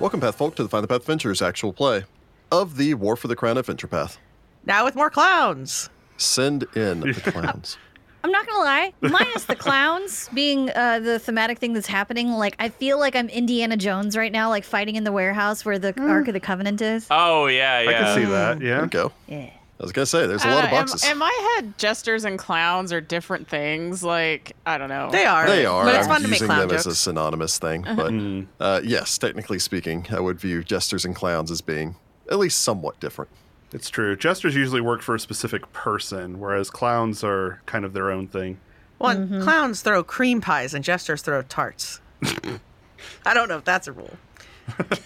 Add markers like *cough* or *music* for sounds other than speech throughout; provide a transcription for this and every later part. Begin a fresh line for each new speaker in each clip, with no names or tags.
Welcome, Pathfolk, to the Find the Path Ventures actual play of the War for the Crown Adventure Path.
Now with more clowns.
Send in the clowns.
I'm not gonna lie,
*laughs*
minus the clowns being uh, the thematic thing that's happening. Like I feel like I'm Indiana Jones right now, like fighting in the warehouse where
Mm.
the Ark of the Covenant is.
Uh,
Oh yeah, yeah.
I can see that.
There
Yeah.
you go.
Yeah.
I was going to say, there's a lot
Uh,
of boxes.
In, in my head, jesters and clowns are different things. Like I don't know.
They are.
they are.
But it's
I'm
fun to make
using
clown
them as a
jokes. Uh-huh.
synonymous thing. But uh, yes, technically speaking, I would view jesters and clowns as being at least somewhat
*laughs*
different.
It's true. Jesters usually work for a specific person, whereas clowns are kind of their own thing.
Well, clowns throw cream pies and jesters throw
*laughs*
tarts. I don't know if that's a rule.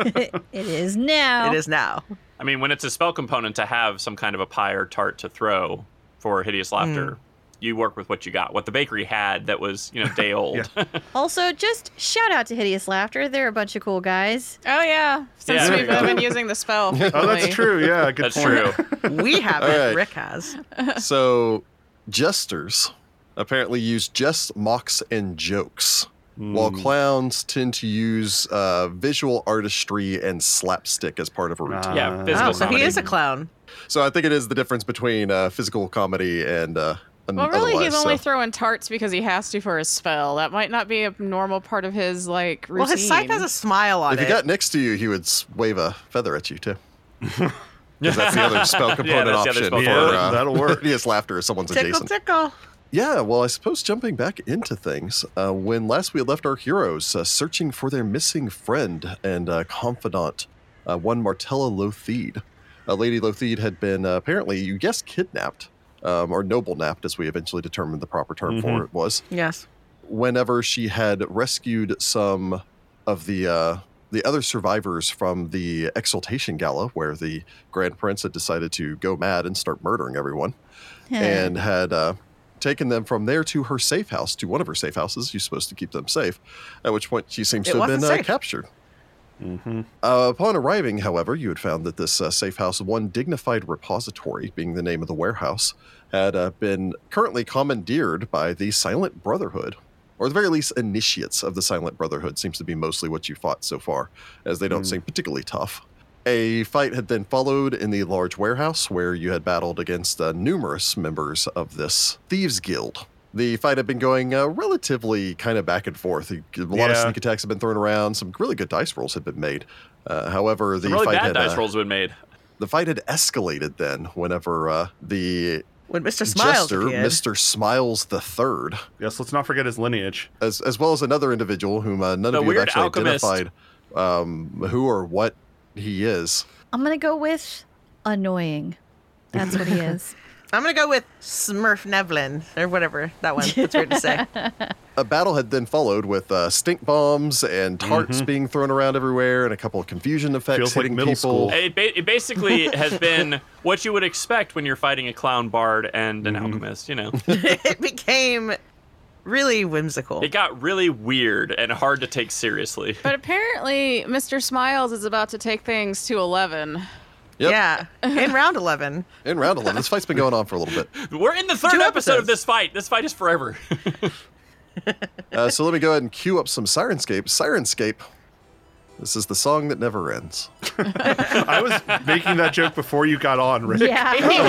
It is now.
It is now.
I mean, when it's a spell component to have some kind of a pie or tart to throw for hideous laughter, you work with what you got, what the bakery had that was you know
*laughs*
day old. *laughs*
Also, just shout out to Hideous Laughter. They're a bunch of cool guys. *sighs*
Oh yeah. Since
Yeah.
we've been using
*laughs*
the spell.
Oh, that's
frequently.
true. Yeah, good
That's
point.
true.
We have
All
it.
right.
Rick has.
so jesters apparently use jests, mocks, and jokes,
Hmm.
while clowns tend to use uh, visual artistry and slapstick as part of a routine.
Yeah,
Uh,
physical
Oh, so
comedy.
he is a clown.
So I think it is the difference between uh, physical comedy and. Uh, an-
Well, really,
otherwise,
he's only
so.
throwing tarts because he has to for his spell. That might not be a normal part of his like routine.
Well, his scythe has a smile on
If
it.
he got next to you, he would s- wave a feather at you too. *laughs* 'Cause that's the
*laughs*
other spell component
that's the other
option.
spell
for,
component.
uh, *laughs*
That'll work.
hideous laughter if someone's
tickle,
adjacent.
tickle.
Yeah, well, I suppose jumping back into things, uh, when last we had left our heroes uh, searching for their missing friend and uh, confidant, uh, one Martella Lothied. Uh, Lady Lothied had been uh, apparently, you guessed, kidnapped, um, or noble napped, as we eventually determined the proper term
Mm-hmm.
for it was
Yes.
whenever she had rescued some of the uh, the other survivors from the exaltation gala, where the Grand Prince had decided to go mad and start murdering everyone, and had uh, taken them from there to her safe house, to one of her safe houses. You're supposed to keep them safe, at which point she seems
It
to have
wasn't
been uh,
safe.
captured. Uh, upon arriving, however, you had found that this uh, safe house, one dignified repository, being the name of the warehouse, had uh, been currently commandeered by the Silent Brotherhood, or at the very least, initiates of the Silent Brotherhood, seems to be mostly what you fought so far, as they don't
Hmm.
seem particularly tough. A fight had then followed in the large warehouse where you had battled against uh, numerous members of this Thieves Guild. The fight had been going uh, relatively kind of back and forth. A lot of
Yeah.
sneak attacks had been thrown around. Some really good dice rolls had been made. Uh, however, the
Some really
fight
bad
had
dice
uh,
rolls have been made.
the fight had escalated then. Whenever uh, the
When Mr. Smiles
jester,
appeared.
Mr. Smiles the Third,
Yes, let's not forget his lineage.
as as well as another individual whom uh, none
The
of you have
weird
actually
alchemist.
identified um, who or what he is.
I'm gonna go with annoying. That's
*laughs*
what he is.
I'm going to go with Smurf Nevlin or whatever that one. That's weird to say. *laughs*
a battle had then followed with uh, stink bombs and tarts being thrown around everywhere and a couple of confusion effects
Mm-hmm. Feels like
hitting
middle
people.
school.
It, ba-
*laughs*
it basically has been what you would expect when you're fighting a clown bard and an
Mm-hmm.
alchemist.
*laughs*
You know,
it became really whimsical.
it got really weird and hard to
*laughs*
take seriously.
But apparently, Mr. Smiles is about to take things to eleven.
Yep.
Yeah. In round 11.
In round 11, this fight's been going on for a little
*laughs*
bit.
We're in the third
Two
episode of
episodes.
this fight. This fight
*laughs*
is forever. *laughs*
Uh, so let me go ahead and cue up some Sirenscape. Sirenscape. This is the song that never ends.
I was making that joke before you got on, Rick. *laughs*
yeah.
It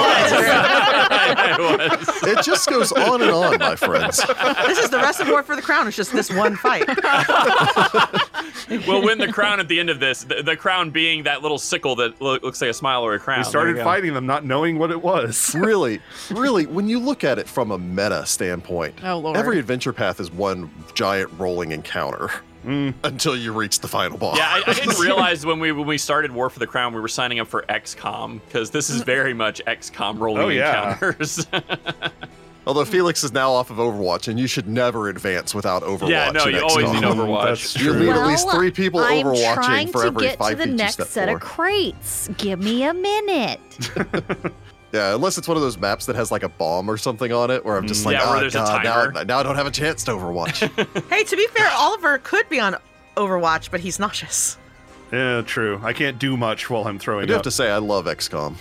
was.
It just goes on and on, my friends.
This is the rest of War for the Crown. It's just this one fight.
we'll win the crown at the end of this. The, the crown being that little sickle that lo- looks like a smile or a crown.
Oh,
We started fighting them not knowing what it was.
*laughs* Really, really, when you look at it from a meta standpoint,
Oh, Lord.
every adventure path is one giant rolling encounter until you reach the final boss.
Hmm. Yeah, I,
*laughs*
I didn't realize when we when we started War for the Crown, we were signing up for XCOM because this is very much XCOM rolling
Oh, yeah.
encounters. *laughs*
Although Felix is now off of Overwatch, and you should never advance without Overwatch.
yeah, no,
in
you always
XCOM.
need Overwatch.
Oh, That's
You
true.
need at least three people
I'm
overwatching
trying
for
to
every
get
five
to the
feet you
next
step
set
forward.
of crates. Give me a minute.
*laughs* Yeah, unless it's one of those maps that has like a bomb or something on it, where I'm just
Mm,
like,
yeah, where
oh
there's a
god, now,
timer."
now I don't have a chance to
*laughs*
Overwatch.
Hey, to be fair, Oliver could be on Overwatch, but he's nauseous.
Yeah, true. I can't do much while I'm
I
throwing
do have
up.
to say, I love XCOM.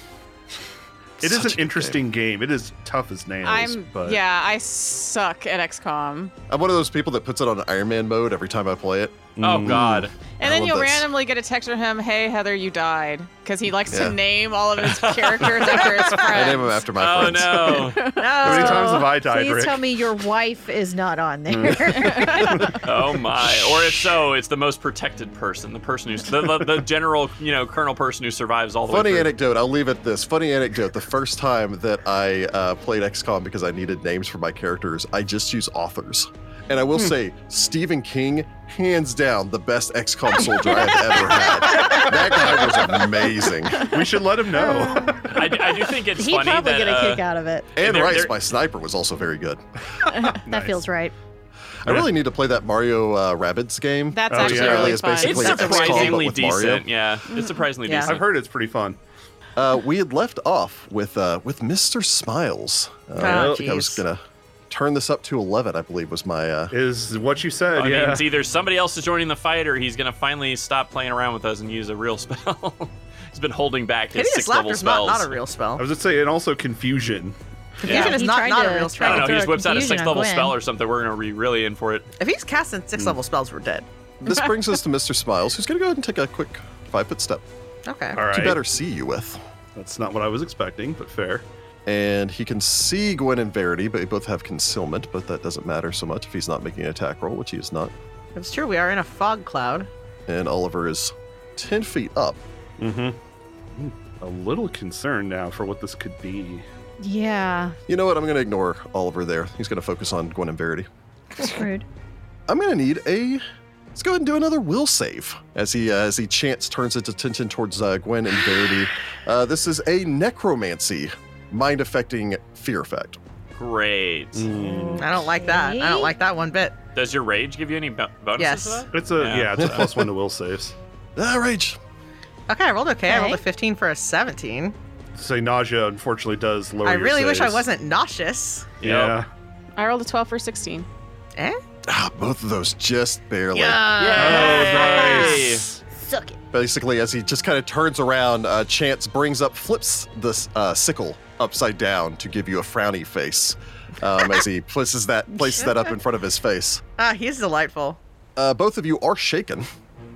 it
Such
is
a good
an interesting game. It is tough as nails.
I'm
but
yeah, I suck at XCOM.
game. I'm one of those people that puts it on Iron Man mode every time I play it.
Oh God.
I
And then
love
you'll
this.
randomly get a text from him, "Hey Heather, you died," because he likes
Yeah.
to name all of
*laughs*
his characters after his friends.
I name them after my
Oh
friends.
no.
*laughs*
*laughs*
How many
No.
times have I died,
Oh, Please
Rick? Mm.
tell me your wife is not on there.
Oh my! Or if so, it's the most protected person, the person who's the, the, the general, you know, colonel person who survives all the
Funny
way. through.
anecdote. I'll leave it this. Funny anecdote. The first time that I uh, played XCOM because I needed names for my characters, I just use authors. And I will
Hmm.
say, Stephen King, hands down, the best XCOM soldier I've ever had. That guy was amazing.
*laughs*
we should let him know.
I, d- I do think it's
He'd
funny
probably
that
get a
uh,
kick out of it.
And
They're-
Rice,
they're-
my sniper, was also very good.
That feels right.
I really need to play that Mario uh, Rabbids game.
That's
Oh,
actually
yeah.
really
It's
fun.
basically
it's
Like XCOM, but
surprisingly
with Mario.
decent. Yeah, it's surprisingly
Yeah.
decent.
I've heard it's pretty fun.
Uh, we had left off with uh, with Mr. Smiles. Uh, I
Oh,
think I was
jeez.
gonna turn this up to eleven. I believe was my. Uh,
Is what you said.
I
yeah.
mean, it's either somebody else is joining the fight, or he's gonna finally stop playing around with us and use a real *laughs* spell. he's been holding back his
Hideous
six level
Laughter's not,
spells.
not a real
I
spell.
was just saying, and also confusion.
Confusion
Yeah.
is
He
not,
tried
not a
to-
real
I
spell.
don't know. If he
Throw
just whips out a
confusion on
six level
Gwen.
spell or something, we're gonna be really in for it.
If he's casting six
Hmm.
level spells, we're dead.
this brings us to Mr. Smiles, who's gonna go ahead and take a quick five foot step
Okay.
All right.
to better see you with,
That's not what I was expecting, but fair.
and he can see Gwen and Verity, but they both have concealment, but that doesn't matter so much if he's not making an attack roll, which he is not.
It's true. We are in a fog cloud.
And Oliver is ten feet up.
A little concerned now for what this could be.
Yeah.
You know what? I'm gonna ignore Oliver there. He's gonna focus on Gwen and Verity.
That's
*laughs*
rude.
I'm gonna need a. Let's go ahead and do another will save as he uh, as he chants turns its attention towards uh, Gwen and Verity. Uh, this is a necromancy, mind affecting fear effect.
Great.
Mm.
Hmm. Mm.
I don't like that. I don't like that one bit.
Does your rage give you any bo- bonuses?
Yes.
To that?
It's a
Yeah.
yeah, it's a plus
*laughs*
one to will saves.
Ah, rage.
Okay, I rolled okay. I rolled a
Okay.
15 for a 17.
Say nausea unfortunately does
Oh,
lower.
I
your
really wish I
saves.
wasn't nauseous.
Yeah.
I rolled a 12 for 16.
Eh?
Ah, both of those just barely.
Oh,
Yay!
Suck it.
Basically, as he just kind of turns around, uh, Chance brings up, flips this uh, sickle upside down to give you a frowny face um, as he places that places that up in front of his face.
Ah, he's delightful.
Uh, both of you are shaken.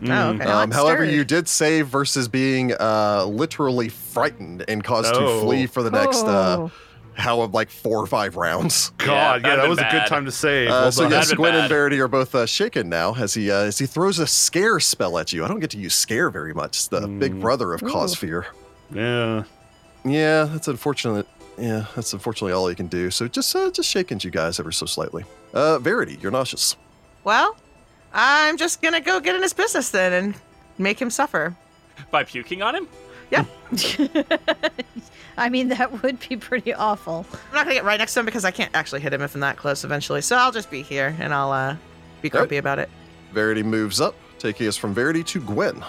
Hmm.
Oh, okay.
Um, however,
stirred.
you did save versus being uh, literally frightened and caused to
Oh.
flee for the next uh,
Oh.
how of like four or five rounds.
God,
Yeah,
yeah,
that'd
that
been
was a
bad.
good time to save.
Uh,
well
so
done.
yes,
That'd been
Gwen and
bad.
Verity are both uh, shaken now as he uh, as he throws a scare spell at you. I don't get to use scare very much. It's the big
Mm.
brother of cause fear.
yeah.
Yeah, that's unfortunate. Yeah, that's unfortunately all he can do. So just uh, just shakens you guys ever so slightly. Uh, Verity, you're nauseous.
Well, I'm just gonna go get in his business then and make him suffer.
By puking on him?
Yeah,
*laughs* I mean, that would be pretty awful.
I'm not gonna get right next to him because I can't actually hit him if I'm that close eventually. So I'll just be here and I'll uh, be grumpy about it.
Verity moves up, taking us from Verity to Gwen.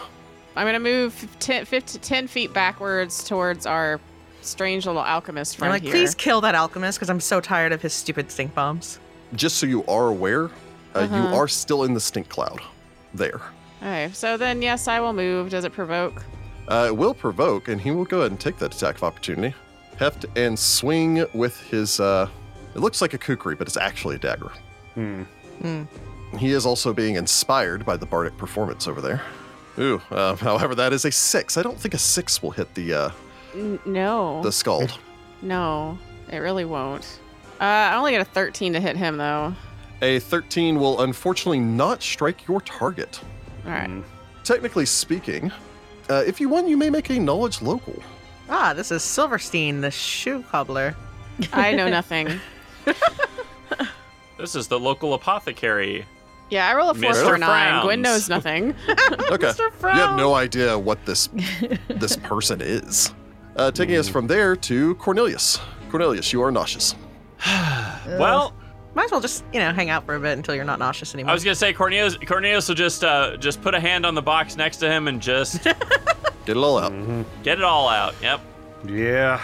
I'm gonna move 10, 50, 10 feet backwards towards our strange little alchemist
I'm
friend
like,
here.
please kill that alchemist because I'm so tired of his stupid stink bombs.
just so you are aware, uh,
Uh-huh.
you are still in the stink cloud there.
Okay, so then yes, I will move. Does it provoke?
Uh, it will provoke, and he will go ahead and take that attack of opportunity. Heft and swing with his. Uh, it looks like a kukri, but it's actually a dagger.
Hmm.
He is also being inspired by the bardic performance over there. Ooh, uh, *laughs* however, that is a six. I don't think a six will hit the uh,
N- no,
the scald.
no, it really won't. Uh, I only got a 13 to hit him though.
A thirteen will unfortunately not strike your target.
All right.
Mm.
Technically speaking, uh, if you want, you may make a knowledge local.
Ah, this is Silverstein, the shoe cobbler.
*laughs* I know nothing.
This is the local apothecary.
Yeah, I roll a four
Mr.
for a nine. Gwen
Frowns.
knows nothing.
Okay.
Mr.
You have
Frown.
no idea what this this person is. Uh, taking us from there to Cornelius. Cornelius, you are nauseous.
Well,
Might as well just you know hang out for a bit until you're not nauseous anymore.
I was gonna say Cornelius. Cornelius will just uh, just put a hand on the box
*laughs*
next to him and just
Get it all out.
get it all out. Yep.
Yeah.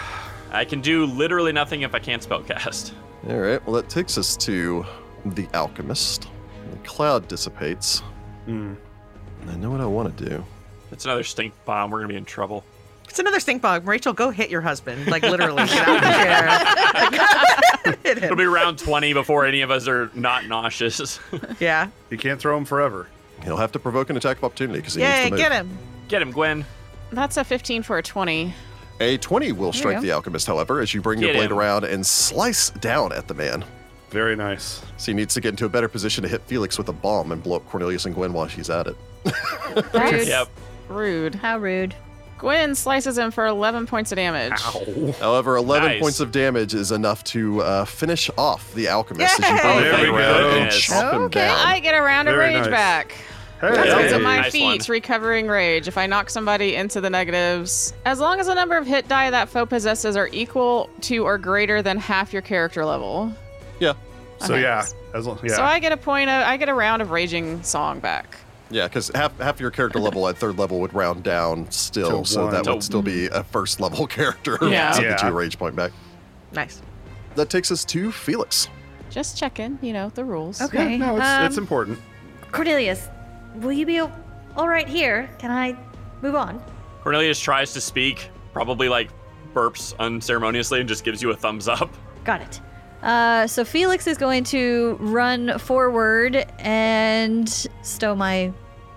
I can do literally nothing if I can't spellcast.
All right. Well, that takes us to the alchemist. The cloud dissipates.
Mm.
And I know what I want to do.
It's another stink bomb. We're gonna be in trouble.
It's another stink bug. Rachel, go hit your
*laughs*
husband. Like literally, get out of the chair. hit
It'll
him.
be round 20 before any of us are not nauseous.
*laughs*
*laughs*
Yeah.
You can't throw him forever.
He'll have to provoke an attack of opportunity because he needs
Yay,
to move.
get him.
Get him, Gwen.
That's a 15 for a 20.
A 20 will
you
strike
go.
the alchemist, however, as you bring your
Get
blade
him.
around and slice down at the man.
Very nice.
So he needs to get into a better position to hit Felix with a bomb and blow up Cornelius and Gwen while she's at it.
Rude.
Yep.
Rude.
How rude.
Gwen slices him for 11 points of damage.
However, 11
Nice.
points of damage is else to uh, finish off the alchemist as you bring
Yay!
the
There
blade
we
around
go.
and chop him
Okay,
down.
I get a round of
Very
rage
nice.
back.
Hey.
That's
Hey.
what's in my
Nice
feet,
one.
recovering rage. If I knock somebody into the negatives, as long as the number of hit die that foe possesses are equal to or greater than half your character level.
Yeah.
So
Okay.
yeah, as long yeah.
So I get a point of I get a round of raging song back.
Yeah, because half, half your character level at third level would round down still,
To
so that
one.
would still be a first level *laughs* character.
Yeah.
to the
Yeah.
two rage point back.
Nice.
That takes us to Felix.
Just checking, you know, the rules.
Yeah,
Okay.
no, it's,
um,
it's important.
Cornelius, will you be o- all right here? Can I move on?
Cornelius tries to speak, probably like burps unceremoniously and just gives you a thumbs up. *laughs*
Got it. Uh, so Felix is going to run forward and stow my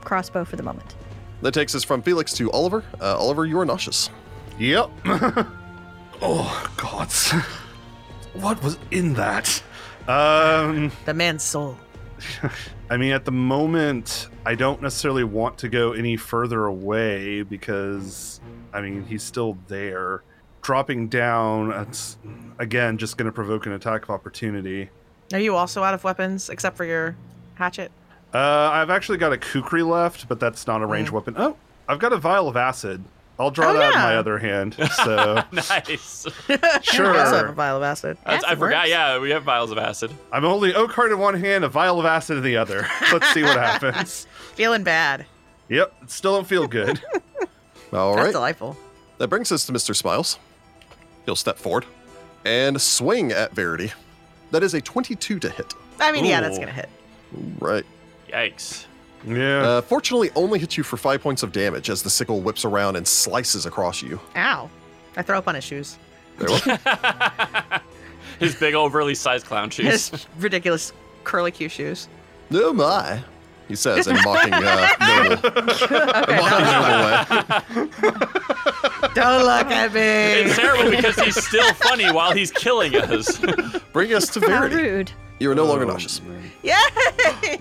crossbow for the moment.
That takes us from Felix to Oliver. Uh, Oliver, you are nauseous.
Yep. *laughs* oh gods. What was in that? Um
The man's soul.
I mean at the moment I don't necessarily want to go any further away because I mean he's still there. Dropping down it's again just gonna provoke an attack of opportunity.
Are you also out of weapons except for your hatchet?
Uh, I've actually got a kukri left, but that's not a range weapon. Oh, I've got a vial of acid. I'll draw
Oh,
that in my
yeah.
other *laughs* hand. So
Nice.
I also have a
sure,
vial of acid.
That's, I
Acid
forgot.
works.
Yeah, we have vials of acid.
I'm only oak heart in one hand, a vial of acid in the other. *laughs* Let's see what happens.
Feeling bad.
Yep, still don't feel good.
All
That's
right.
delightful.
That brings us to Mr. Smiles. He'll step forward and swing at Verity. That is a 22 to hit.
I mean, yeah, that's
Ooh.
gonna hit.
Right.
Yikes.
Yeah, *laughs*
Uh, fortunately, only hits you for five points of damage as the sickle whips around and slices across you.
Ow! I throw up on his shoes.
Very well.
His big, overly sized clown shoes.
His *laughs* ridiculous curly Q shoes.
oh my, he says in mocking uh, normal,
Okay,
mocking
don't,
normal way.
don't look at me.
*laughs* It's terrible because he's still funny while he's
*laughs*
killing us.
Bring us to
How
Verity.
rude.
You are no longer nauseous.
Yeah,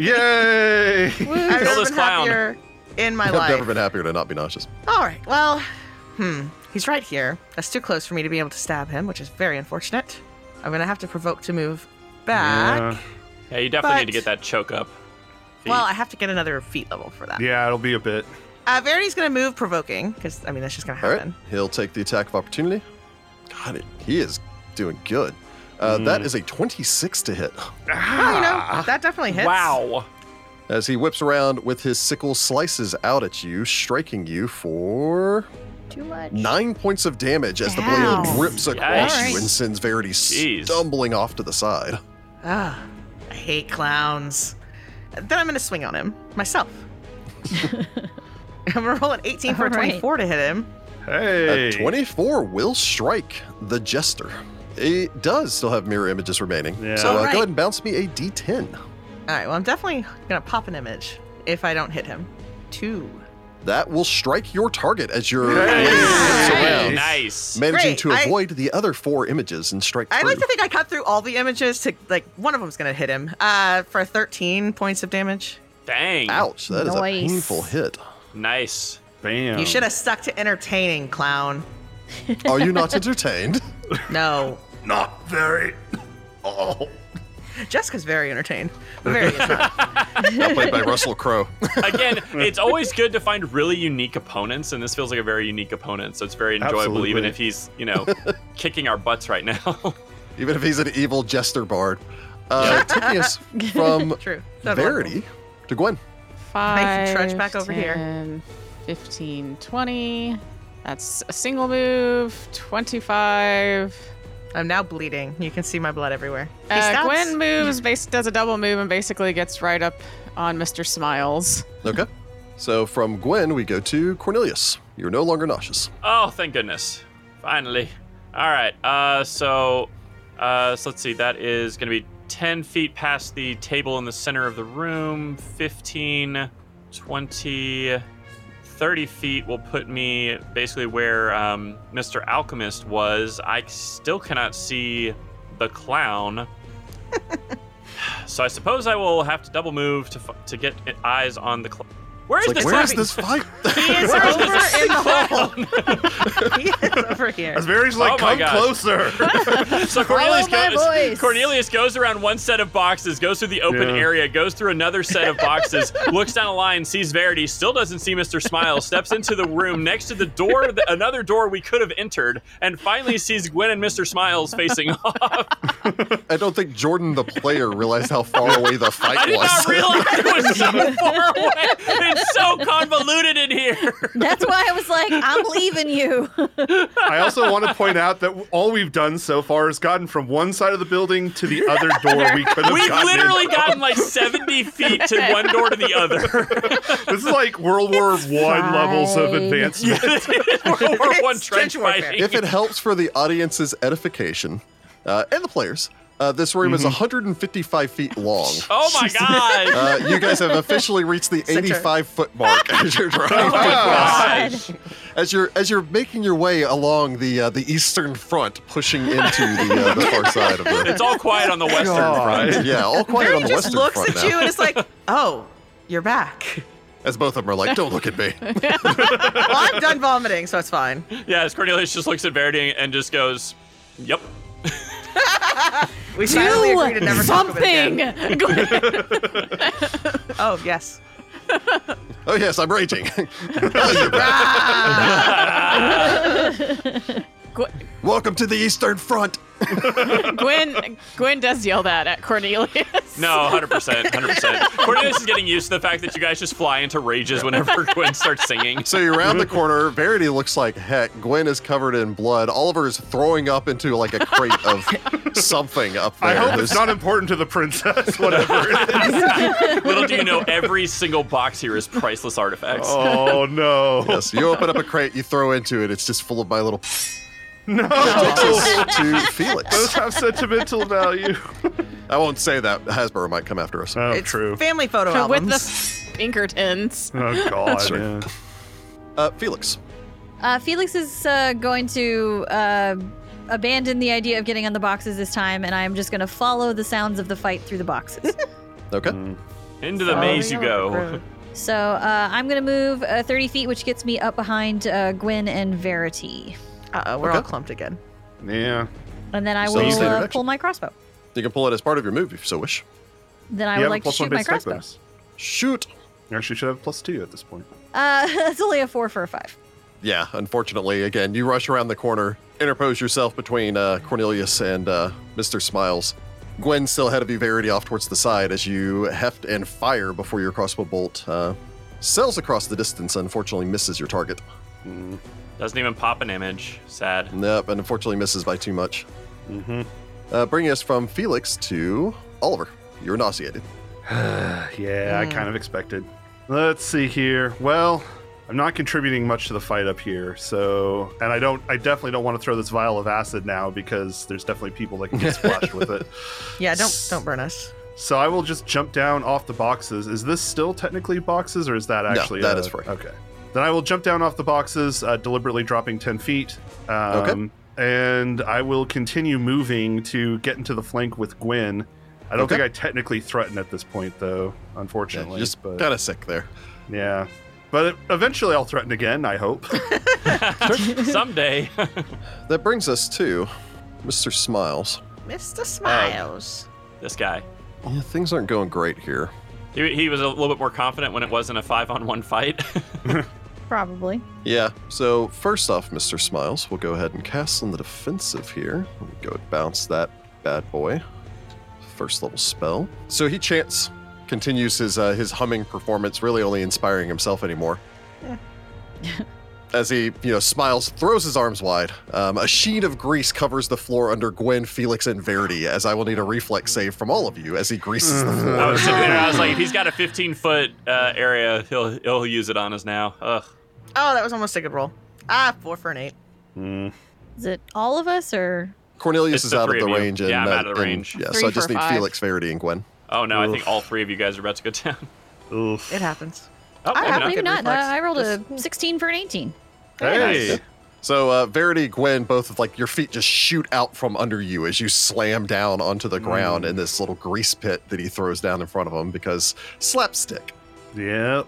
Yay!
I've never
this
been
clown.
happier in my
I've
life.
never been happier to not be nauseous.
All right. Well, hmm. He's right here. That's too close for me to be able to stab him, which is very unfortunate. I'm gonna have to provoke to move back.
Yeah.
Yeah, you definitely need to
But-
get that choke up. feat.
Well, I have to get another feet level for that.
yeah, it'll be a bit.
Uh, Verity's gonna move provoking because I mean that's just gonna
All right,
happen.
he'll take the attack of opportunity. God, it, he is doing good. Uh, That is a 26 to hit.
Well, you know that definitely hits.
wow.
As he whips around with his sickle, slices out at you, striking you for
Too much.
nine points of damage as the blade
Ow.
rips across
Yikes.
you and sends Verity
Jeez.
stumbling off to the side.
Ah, I hate clowns. Then I'm gonna swing on him myself.
*laughs*
I'm gonna roll an 18 for a
All right.
24 to hit him.
Hey,
A 24 will strike the Jester. It does still have mirror images remaining.
Yeah.
So uh,
Alright.
go ahead and bounce me a d10.
All right. Well, I'm definitely gonna pop an image if I don't hit him. Two.
That will strike your target as your blade
Hey.
whips around,
Nice.
managing
Great.
to
I-
avoid the other four images and strike
I
through.
like to think I cut through all the images to like one of them's gonna hit him. Uh, for 13 points of damage.
Dang.
Ouch, that is
Nice.
a painful hit.
Nice.
bam!
You should have stuck to entertaining, clown.
Are you
*laughs*
not entertained?
No,
not very. *laughs* Oh,
Jessica's very entertained. but Very. is not.
now played by Russell Crowe. *laughs*
Again, it's always good to find really unique opponents, and this feels like a very unique opponent, so it's very enjoyable, even
Absolutely.
if he's, you know, kicking our butts right now. *laughs*
Even if he's an evil jester bard. Uh, taking us from
*laughs* True. That's
Verity to Gwen.
*laughs* Five.
trudge back over here.
10, 15, 20. That's a single move, 25.
I'm now bleeding. You can see my blood everywhere. He
Uh,
stabs-
Gwen moves, bas- does a double move, and basically gets right up on Mr. Smiles.
Okay. So from Gwen, we go to Cornelius. You're no longer nauseous.
Oh, thank goodness. Finally. All right. Uh, so, uh, so let's see. That is going to be 10 feet past the table in the center of the room. 15, 20, 30 feet will put me basically where um, Mr. Alchemist was. I still cannot see
*laughs*
the clown. so I suppose I will have to double move to, f- to get eyes on the clown. Where is
It's like,
this?
where is
happy-
this fight?
*laughs*
*laughs*
He is
Where is
over in the hole.
clown?
he is over here.
As Barry's like,
Oh my
come
gosh.
closer.
So Cornelius
Follow
*laughs*
my
goes,
voice.
Cornelius goes around one set of boxes, goes through the open
Yeah.
area, goes through another set
*laughs*
of boxes, looks down a line, sees Verity, still doesn't see Mr. Smile, steps into the room next to the door, the, another door we could have entered, and finally sees Gwen and Mr. Smiles facing off.
I don't think Jordan, the player, realized how far away
*laughs*
the fight
I did
was.
not realize it was so far away. It's so convoluted in here.
That's why I was
*laughs*
like, I'm leaving you.
I also want to point out that all we've done so far is gotten from one side of the building to the other door we could have
We've
gotten
literally
in.
gotten like 70 feet to one door to the other.
*laughs*
*laughs*
This is like World War One levels of
fine.
advancement.
World War One
It's
trench
trench warfare.
fighting.
if it helps for the audience's edification uh, and the players, uh, this room is 155 feet long.
*laughs* Oh my god.
Uh, you guys have officially reached
*laughs*
the 85 foot mark *laughs* as you're
Oh
driving across.
Gosh.
As you're as you're making your way along the uh, the eastern front, pushing into the, uh, the far side of the.
It's all quiet on the western
Oh.
front.
God. *laughs* Yeah, all quiet on
Barry
the
just
western
looks
front
at
now.
you and is like, "Oh, you're back."
As both of them are like, "Don't look at me."
*laughs* Well, I'm done vomiting, so it's fine.
Yeah, as Cornelius just looks at Verity and just goes, "Yep."
We finally agree to never talk about it again.
Gwen-
Oh yes.
Oh yes, I'm raging. *laughs* Oh, you're back.
Gwen-
Welcome to the eastern front.
Gwen, Gwen does yell that at Cornelius. *laughs*
No, hundred percent, hundred percent. Cornelius is getting used to the fact that you guys just fly into rages whenever Gwen starts singing.
So you're around the corner. Verity looks like heck. Gwen is covered in blood. Oliver is throwing up into like a crate of something up there.
I hope
There's-
it's not important to the princess, whatever it is.
Little do you know, every single box here is priceless artifacts.
Oh no. *laughs*
Yes, you open up a crate, you throw into it. It's just full of my little *laughs*
No.
to
Those
Felix.
*laughs* have sentimental value.
I won't say that. Hasbro might come after us.
Oh,
it's
true.
Family photo
With
albums.
the Pinkertons.
*laughs*
Oh god.
right.
yeah.
Uh, Felix,
Uh, Felix is uh, going to uh, abandon the idea of getting on the boxes this time, and I'm just going to follow the sounds of the fight through the boxes.
okay.
Into the maze you go.
so uh, I'm going to move uh, 30 feet, which gets me up behind uh, Gwen and Verity.
Uh oh, we're all
Okay.
clumped again.
Yeah.
And then I
So you
will
say your
uh,
action.
pull my crossbow.
You can pull it as part of your move if you so wish.
Then I
You have a
would like to
plus one
shoot my
base attack
crossbow.
bonus.
Shoot.
You actually should have a plus two at this point.
Uh, *laughs* that's only a four for a five.
Yeah, unfortunately, again, you rush around the corner, interpose yourself between uh, Cornelius and uh, Mr. Smiles. Gwen still ahead of you, Verity off towards the side as you heft and fire before your crossbow bolt uh, sails across the distance. Unfortunately, misses your target.
*laughs* Doesn't even pop an image.
*laughs*
Sad.
Nope, and unfortunately misses by too much.
Mm-hmm.
Uh, bringing us from Felix to Oliver. You're nauseated.
*sighs* yeah,
Mm.
I kind of expected. Let's see here. Well, I'm not contributing much to the fight up here, so and I don't I definitely don't want to throw this vial of acid now because there's definitely people that can get splashed with it.
Yeah, don't don't burn us.
So I will just jump down off the boxes. Is this still technically boxes, or is that actually
that
uh,
is free.
Okay. Then I will jump down off the boxes, uh, deliberately dropping ten feet. Um, And I will continue moving to get into the flank with Gwen. I don't
Okay.
think I technically threaten at this point, though.
Yeah,
Unfortunately,
you're just
but,
kind of sick there.
yeah. But eventually, I'll threaten again.
*laughs*
I hope.
Someday. *laughs*
That brings us to Mr. Smiles. Oh.
Mr. Smiles.
this guy.
Yeah, things aren't going great here.
He, he was a little bit more confident when it wasn't a five on one fight. *laughs*
Probably.
Yeah, so first off, Mr. Smiles, we'll go ahead and cast on the defensive here. Let me go and bounce that bad boy. First level spell. So he chants,
*laughs*
continues his uh, his humming performance, really only inspiring himself anymore. as he, you know, smiles, throws his arms wide. Um, a sheen of grease covers the floor under Gwen, Felix, and Verity. As I will need a reflex save from all of you as he greases
*laughs*
the floor.
I was sitting there. I was like, if he's got a 15 foot uh, area, he'll he'll use it on us now. Ugh.
Oh, that was almost a good roll. Ah, four for an eight.
Mm.
Is it all of us or?
Cornelius
It's
is
the
out of
three
the
of you.
range, and
Yeah, I'm
uh,
out of the
and-
range.
yeah,
Three
so I just
for
need
five.
Felix, Verity, and Gwen.
Oh no, I
Oof.
think all three of you guys are about to go *laughs* down.
*laughs*
Oof.
It happens.
Oh,
I
maybe
have
not.
my
Maybe
good
not. Uh,
reflex.
I rolled a 16 for an 18.
Hey.
nice.
So uh, Verity, Gwen, both of like your feet just shoot out from under you as you slam down onto the ground in this little grease pit that he throws down in front of him because slapstick.
Yep.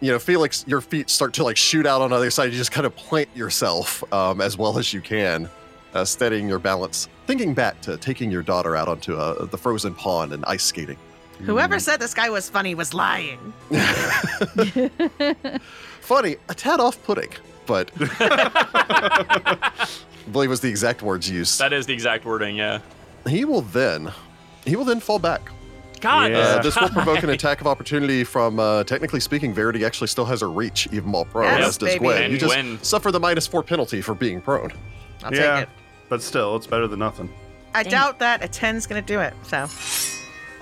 You know, Felix, your feet start to like shoot out on the other side. You just kind of plant yourself um, as well as you can, uh, steadying your balance. Thinking back to taking your daughter out onto uh, the frozen pond and ice skating.
Whoever
Hmm.
said this guy was funny was lying.
Funny, a tad off-putting, but I believe was the exact words used.
That is the exact wording. Yeah.
He will then, he will then fall back.
God.
Yeah.
Uh, this will provoke an attack of opportunity from, uh, technically speaking, Verity actually still has her reach, even while prone,
Yes,
as does
baby.
Gwen.
And
you just
Gwen.
suffer the minus four penalty for being prone.
I'll
Yeah.
take it.
But still, it's better than nothing.
I
Dang.
doubt that a 10's going to do it. So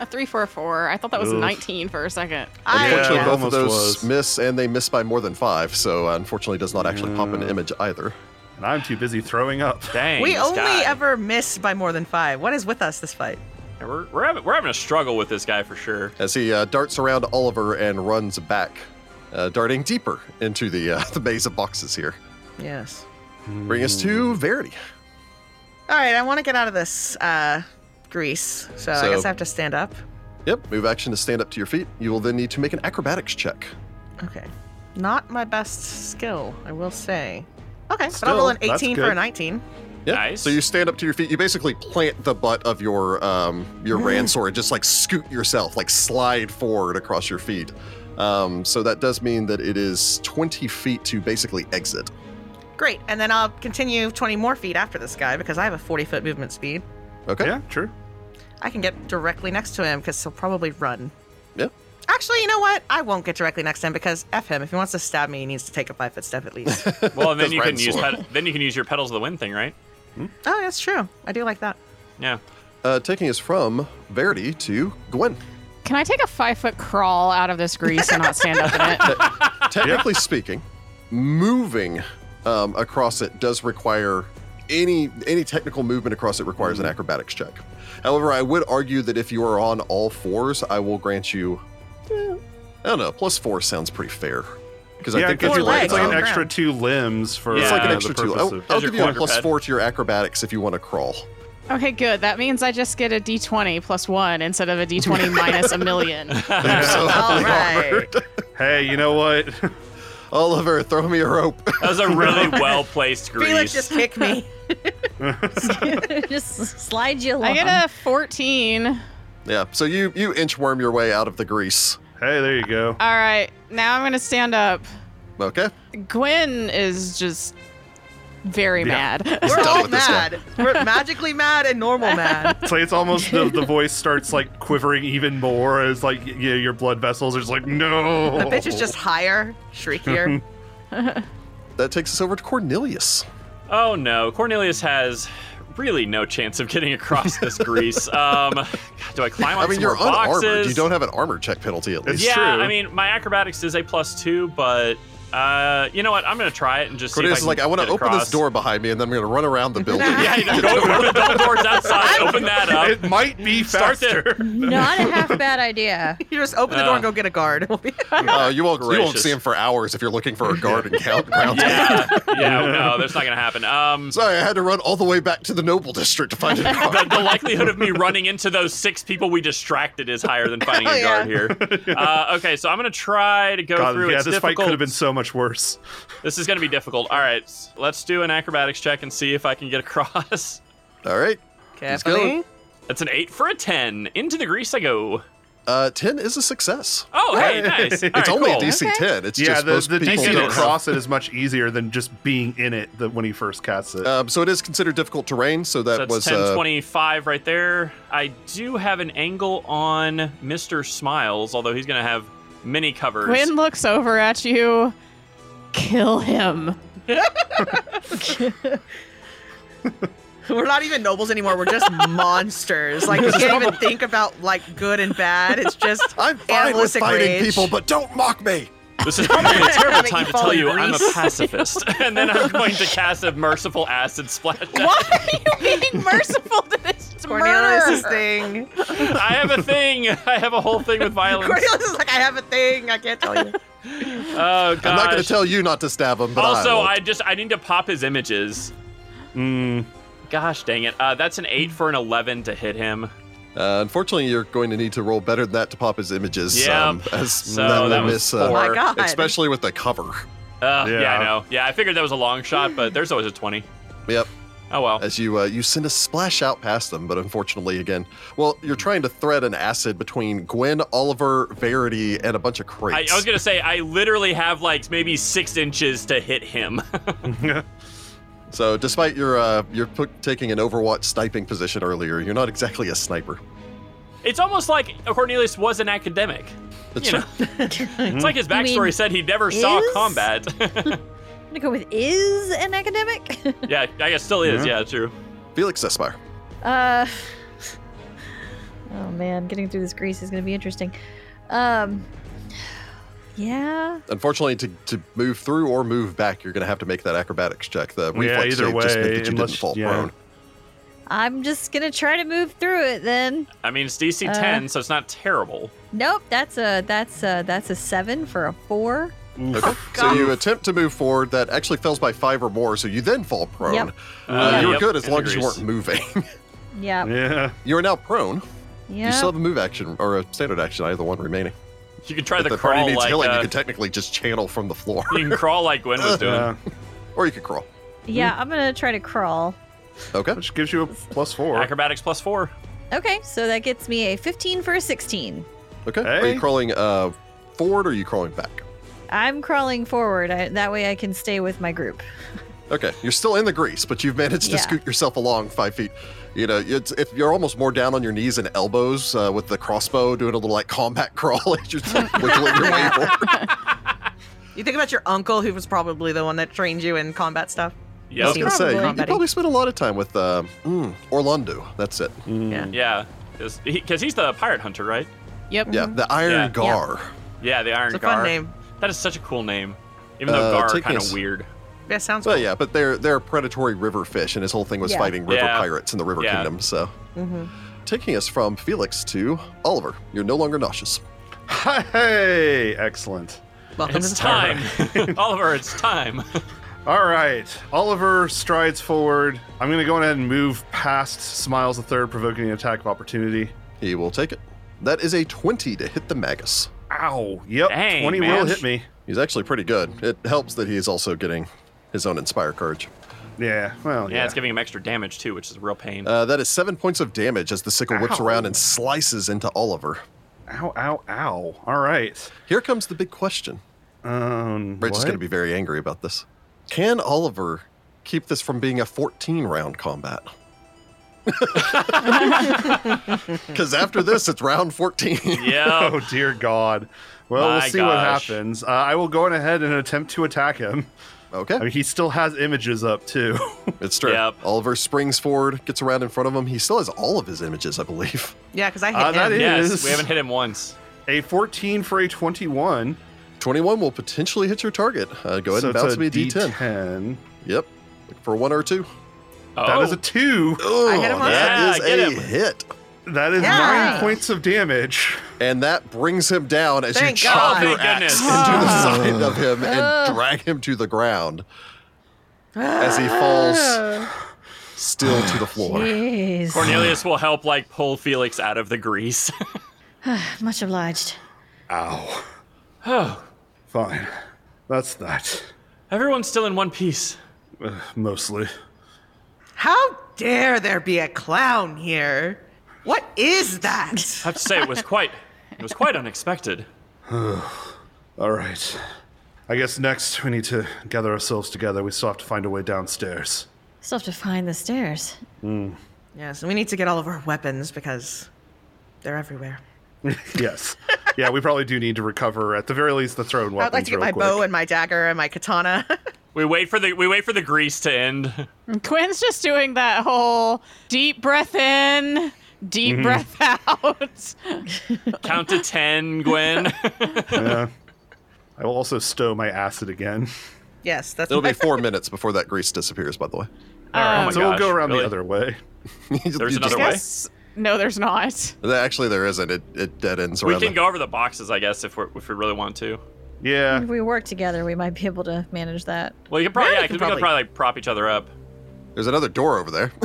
A three for a four. I thought that was a
Oof.
19 for a second.
I uh,
Unfortunately,
Yeah.
both of
Almost
those
was.
miss, and they miss by more than five, so uh, unfortunately does not actually pop an
Yeah.
image either.
And I'm too busy throwing up.
Dang.
we
this
only
guy.
ever miss by more than five. What is with us this fight?
We're, we're, having, we're having a struggle with this guy
*laughs*
for sure.
As he uh, darts around Oliver and runs back, uh, darting deeper into the, uh, *laughs* the maze of boxes here.
Yes.
Bring us
Hmm.
to Verity.
All right, I want to get out of this uh, grease, so, I
So-
guess I have to stand up.
Yep, move action to stand up to your feet. You will then need to make an acrobatics check.
Okay. Not my best skill, I will say. Okay, but I'll
Still,
roll an
that's
18 for a
good.
19.
Yeah.
Nice.
So you stand up to your feet. You basically plant the butt of your um, your ransor and just like scoot yourself, like slide forward across your feet. Um, so that does mean that it is 20 feet to basically exit.
Great, and then I'll continue 20 more feet after this guy because I have a 40 foot movement speed.
Okay.
Yeah, true.
I can get directly next to him because he'll probably run.
Yeah.
Actually, you know what? I won't get directly next to him because F him. If he wants to stab me, he needs to take a five foot step at
*laughs*
least.
Well, and then
That's
you can
right,
use
sword.
ped- then you can use your pedals of the wind thing, right?
oh, that's true. I do like that.
Yeah.
Uh, taking us from Verity to Gwen.
Can I take a five foot crawl out of this grease and not stand up in it?
Technically speaking, moving um, across it does require any any technical movement across it requires
Mm-hmm.
an acrobatics check. However, I would argue that if you are on all fours, I will grant you. eh, I don't know. Plus four sounds pretty fair because I
yeah,
think that
gives
because
you
it's
you,
like,
like.
it's like an
Oh,
um,
extra two limbs for
it's like an
uh,
extra
the
two. oh,
purpose
I'll,
of-
I'll
As your
give you a plus
quadruped.
four to your acrobatics if you want to
*laughs*
crawl. *laughs*
Okay, good. That means I just get a d20 plus one instead of a d20 minus a million.
So,
All right.
hey, you know what? *laughs*
Oliver, throw me a rope. *laughs*
That was a really well placed grease.
Felix just kick *laughs* me.
*laughs* Just slide you along.
I get a 14. All
yeah. So you you inchworm your way out of the grease.
hey, there you go.
right, now I'm going to stand up.
Okay.
Gwen is just very
Yeah.
mad.
We're
done
all
with this guy.
mad. We're magically mad and normal mad. *laughs*
It's like it's almost the,
*laughs*
the voice starts like quivering even more as like y- yeah, your blood vessels are just like no.
The bitch is
*laughs*
just higher, *laughs* shriekier.
That takes us over to Cornelius.
Oh no, Cornelius has really no chance of getting
*laughs*
across this grease. Um, God, do I climb on
I mean,
some
you're
more
unarmored.
boxes?
You don't have an armor check penalty at least.
It's
yeah,
true.
I mean, my acrobatics is a plus two, but uh, you know what? I'm gonna try it and just
Cornelius
see
is
if I
like,
can
I want to
get
open this
across."
door behind me, and then I'm going to run around the *laughs* building.
Yeah, *laughs* you know, go the double doors outside. Open that up.
it might be
Start
faster.
Not
*laughs*
a half bad idea.
You just open the door and
Uh.
go get a guard. *laughs*
Uh, you, won't, you won't
Gracious.
see him for hours if you're looking for a guard *laughs* and count ground.
yeah, yeah, no, that's not gonna happen.
*laughs*
Um,
Sorry, I had to run all the way back to the Noble District to
*laughs*
find a guard.
the likelihood of me running into those six people we distracted is higher than finding
Oh,
a
yeah.
guard here. Uh, okay, so I'm gonna try to go
God,
through.
yeah,
it's
this fight
difficult.
could have been so much worse.
This is gonna be difficult. All right, s- let's do an acrobatics check and see if I can get across. *laughs*
all right.
Carefully.
That's an eight for a ten. Into the grease I go.
Uh, 10 is a success.
Oh, hey, nice. All
it's
right,
only
cool.
a DC
Okay.
10. It's
yeah,
just
the,
most
the
people
DC
don't
to
don't have-
cross it is much easier than just being in it than when he first casts it.
Um, so it is considered difficult terrain, so that
So that's
was.
10,
uh,
25 right there. I do have an angle on Mr. Smiles, although he's gonna have many covers.
Gwen looks over at you. Kill him.
*laughs* We're not even nobles anymore. We're *laughs* just monsters. Like we can't *laughs* even think about like good and bad. It's just
*laughs* I'm fine with
Animalistic
fighting
rage.
people, but don't mock me.
This is probably a terrible
Haven't
time
you
to tell you
fallen
I'm a
grease?
pacifist, *laughs* and then I'm going to cast a merciful
*laughs*
acid splash.
*laughs* Why are you being *laughs* merciful to this
Cornelius'
*laughs*
murderer?
thing.
I have a thing. I have a whole thing with violence.
Cornelius is like, I have a thing. I can't tell you. *laughs*
Oh god.
I'm not going to tell you not to stab him, but
Also,
I,
I just I need to pop his images.
Mm,
Gosh dang it. Uh, that's an eight for an eleven to hit him.
will. uh, unfortunately, you're going to need to roll better than that to pop his images. um,
Yeah.
as
So
that will
that was
miss,
four.
uh,
Oh My God.
especially with the cover.
Uh, yeah.
Yeah.
I know. Yeah, I figured that was a long shot, but there's always a twenty.
Yep.
Oh well.
As you uh, you send a splash out past them, but unfortunately, again, well, you're trying to thread an acid between Gwen, Oliver, Verity, and a bunch of
I,
crates.
I was gonna say I literally have like maybe six inches to hit him. *laughs*
So, despite your uh, your p- taking an Overwatch sniping position earlier, you're not exactly a sniper.
it's almost like Cornelius was an academic.
That's
You know, it's like his
mean
backstory said he never saw
is?
combat. *laughs*
I'm gonna go with is an academic. *laughs*
yeah, I guess still is.
Yeah.
Yeah, true.
Felix Zespire.
Uh, *sighs* oh man, getting through this grease is gonna be interesting. Um, yeah,
Unfortunately, to, to move through or move back, you're going to have to make that acrobatics check. The
Yeah,
reflex
either
save just meant
way,
that you
unless-
didn't fall
yeah.
prone.
I'm just gonna try to move through it then.
I mean, it's DC ten, so it's not terrible.
Nope, that's a that's a that's a seven for a four.
oof.
Okay.
Oh,
so you attempt to move forward. That actually fails by five or more, so you then fall prone.
Yep.
Uh,
Yeah.
You were
yep,
good as
in
long as you
degrees.
weren't moving. *laughs*
Yeah,
Yeah.
you are now prone.
yeah.
You still have a move action or a standard action, either one remaining.
You can try
if
the,
the party
crawl
needs
like
healing,
uh,
you can technically just channel from the floor,
*laughs* you can crawl
*laughs*
like Gwen was doing.
yeah.
or you could crawl.
Yeah, I'm gonna try to crawl.
Okay.
Which gives you a plus four.
Acrobatics plus four.
Okay, so that gets me a 15 for a 16.
Okay. Are
Hey.
you crawling uh, forward or are you crawling back?
I'm crawling forward. I, that way I can stay with my group.
Okay, you're still in the grease, but you've managed to
Yeah.
scoot yourself along five feet. You know, it's, if you're almost more down on your knees and elbows uh, with the crossbow, doing a little like combat *laughs* crawl as you're
*laughs*
wiggling your way forward.
You think about your uncle, who was probably the one that trained you in combat stuff.
I
Yep.
was gonna say you,
Probably.
you probably spent a lot of time with um, mm, Orlando. That's it.
Yeah.
Yeah, because he's the pirate hunter, right?
Yep.
Yeah, the Iron
Yeah.
Gar.
Yeah, the Iron
It's a
Gar.
fun name.
That is such a cool name, even though
Uh,
Gar
taking
kind
us-
of weird.
Yeah, sounds
Well,
cool.
yeah, but they're they're predatory river fish, and his whole thing was
Yeah.
fighting river
Yeah.
pirates in the River
Yeah.
Kingdom. So,
Mhm.
taking us from Felix to Oliver, you're no longer nauseous.
*laughs* Hey, excellent.
Welcome to
It's
the Tower.
time, *laughs* Oliver. It's time.
All right. Oliver strides forward. I'm going to go ahead and move past Smiles the Third, provoking an attack of opportunity.
He will take it. That is a twenty to hit the magus.
Ow. Yep.
Dang,
20 will
man.
hit me.
He's actually pretty good. It helps that he is also getting his own Inspire Courage.
Yeah. Well,
*laughs* Yeah,
yeah.
it's giving him extra damage too, which is a real pain.
Uh, that is seven points of damage as the sickle whips
Ow.
around and slices into Oliver.
Ow, ow, ow. All right.
Here comes the big question.
Um,
Rach is
what?
going to
*laughs*
be very angry about this. Can Oliver keep this from being a 14 round combat? *laughs* Because after this, it's round 14.
*laughs*
yeah.
*laughs* Oh, dear God. Well,
My
we'll see
gosh.
what happens. Uh, I will go on ahead and attempt to attack him.
Okay,
I mean, he still has images up, too. *laughs*
it's true.
Yep.
Oliver springs forward, gets around in front of him. He still has all of his images, I believe.
Yeah, because I hit
Uh, that
him.
is-
Yes,
is.
we haven't hit him once.
a 14 for a 21.
21 will potentially hit your target. Uh, go ahead
so
and bounce
it's
me a D10.
D10.
Yep. Look For one or two.
Oh,
That is a 2.
Oh,
hit him on
that.
that
Yeah,
is
get
a
him.
hit.
That is
Yeah.
nine points of damage.
And that brings him down as
Thank
you chop
God. Oh
your
Thank
axe
goodness.
into the side of him
Ugh.
and drag him to the ground as he falls still to the
Ah.
floor.
Jeez.
Cornelius will help like pull Felix out of the grease. *laughs*
Much obliged.
Ow.
*sighs* oh,
Fine. That's that.
everyone's still in one piece.
Uh, mostly.
How dare there be a clown here? What is that? *laughs*
I have to say, it was quite, it was quite unexpected.
All right. I guess next we need to gather ourselves together. We still have to find a way downstairs.
Still have to find the stairs.
yeah, so we need to get all of our weapons because they're everywhere.
Yes. yeah, we probably do need to recover at the very least the thrown
I'd
weapons.
like to get
real
my
quick.
bow and my dagger and my katana. *laughs*
We wait for the we wait for the grease to end. *laughs*
Quinn's just doing that whole deep breath in, deep breath *laughs* out.
Count to ten, Gwen.
Yeah. I will also stow my acid again.
Yes, that's
It'll be four minutes before that grease disappears, by the way. *laughs*
Alright,
Um,
so we'll
gosh,
go around
really?
the other way.
There's
another way?
Guess- no, there's not.
Actually, there isn't. It, it dead ends
we
around
can
the-
go over the boxes, I guess, if we if we really want to.
Yeah.
If we work together, we might be able to manage that.
Well, you can probably
Yeah,
yeah,
you
'cause
can
we can
probably-
probably, like prop each other up.
There's another door over there. *laughs*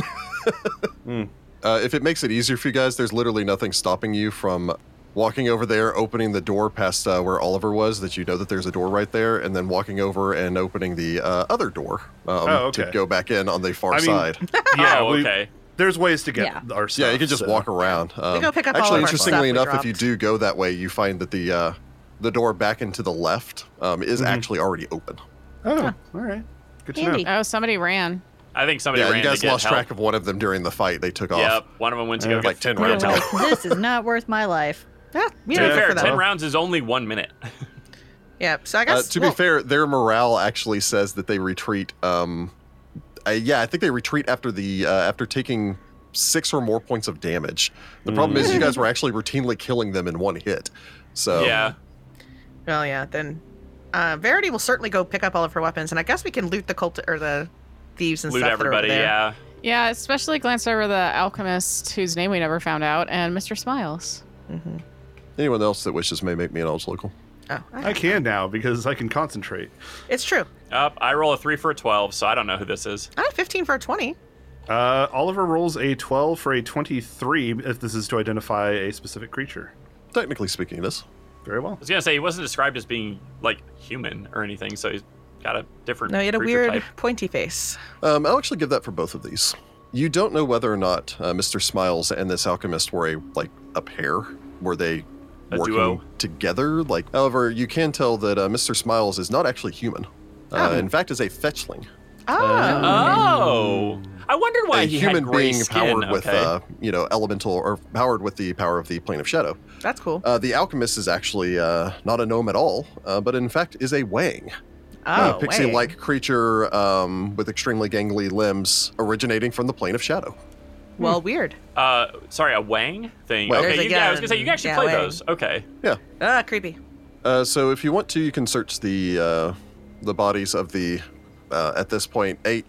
Hmm.
Uh, if it makes it easier for you guys, there's literally nothing stopping you from walking over there, opening the door past uh, where Oliver was, that you know that there's a door right there, and then walking over and opening the uh, other door um,
Oh, okay.
to go back in on the far
I mean-
side.
*laughs* Yeah.
oh,
we-
okay.
there's ways to get
Yeah.
our stuff.
yeah, you can just
so-
walk around. Um,
go pick up all
actually,
of our
interestingly
stuff we
enough, if you
dropped.
do go that way, you find that the uh, the door back into the left um, is
Mhm.
Mm-hmm.
actually already open.
Oh, all right. Good to
Andy.
know.
Oh, somebody ran.
I think somebody
yeah,
ran
you
to
guys
get
lost
help.
track of one of them during the fight. They took
Yep,
off. Uh,
one of them went to
Yeah.
go get
Like 10
get
rounds
We're
ago.
help.
like, this is not worth my life.
yeah, we
To
To
don't
be
Yeah.
go
fair,
for that.
ten rounds is only one minute.
Yeah, so I
Uh,
guess
to
well,
be fair, their morale actually says that they retreat. Um, uh, yeah, I think they retreat after the uh, after taking six or more points of damage. The problem is
Mm.
you guys were actually routinely killing them in one hit. So
Yeah,
Well, yeah, then uh, Verity will certainly go pick up all of her weapons, and I guess we can loot the cult or the thieves and
loot
stuff. that are over
everybody.
there.
Yeah,
Yeah, especially glance over the alchemist whose name we never found out and Mr. Smiles.
anyone else that wishes may make me an knowledge local.
Oh,
I can now because I can concentrate.
it's true.
up. I roll a three for a twelve, so I don't know who this is.
I had 15 for a 20.
Uh, Oliver rolls a 12 for a 23 if this is to identify a specific creature.
Technically speaking, it is.
Very well.
I was gonna say he wasn't described as being like human or anything, so he's got a different.
No, you had a
creature
weird *laughs*
type.
pointy face.
Um, I'll actually give that for both of these. You don't know whether or not uh, Mr. Smiles and this alchemist were a like a pair. Were they
A
working
duo.
together? Like, however, you can tell that uh, Mr. Smiles is not actually human. Uh,
Oh.
In fact, is a fetchling,
Oh,
Uh, Oh, I wondered why
Mm. a
he
human
had gray
being
skin.
powered with
okay.
uh, you know elemental or powered with the power of the plane of shadow.
that's cool.
Uh, the alchemist is actually uh, not a gnome at all, uh, but in fact is a wang.
oh,
a pixie-like creature um, with extremely gangly limbs, originating from the plane of shadow.
wait. Well, weird.
Uh, sorry, a Wang thing.
Wang.
okay,
There's a
you, yeah, I was gonna say you can
gun.
actually
Yeah,
play
Wang.
those. Okay,
Ah, creepy.
Uh, so if you want to, you can search the uh, the bodies of the uh, at this point eight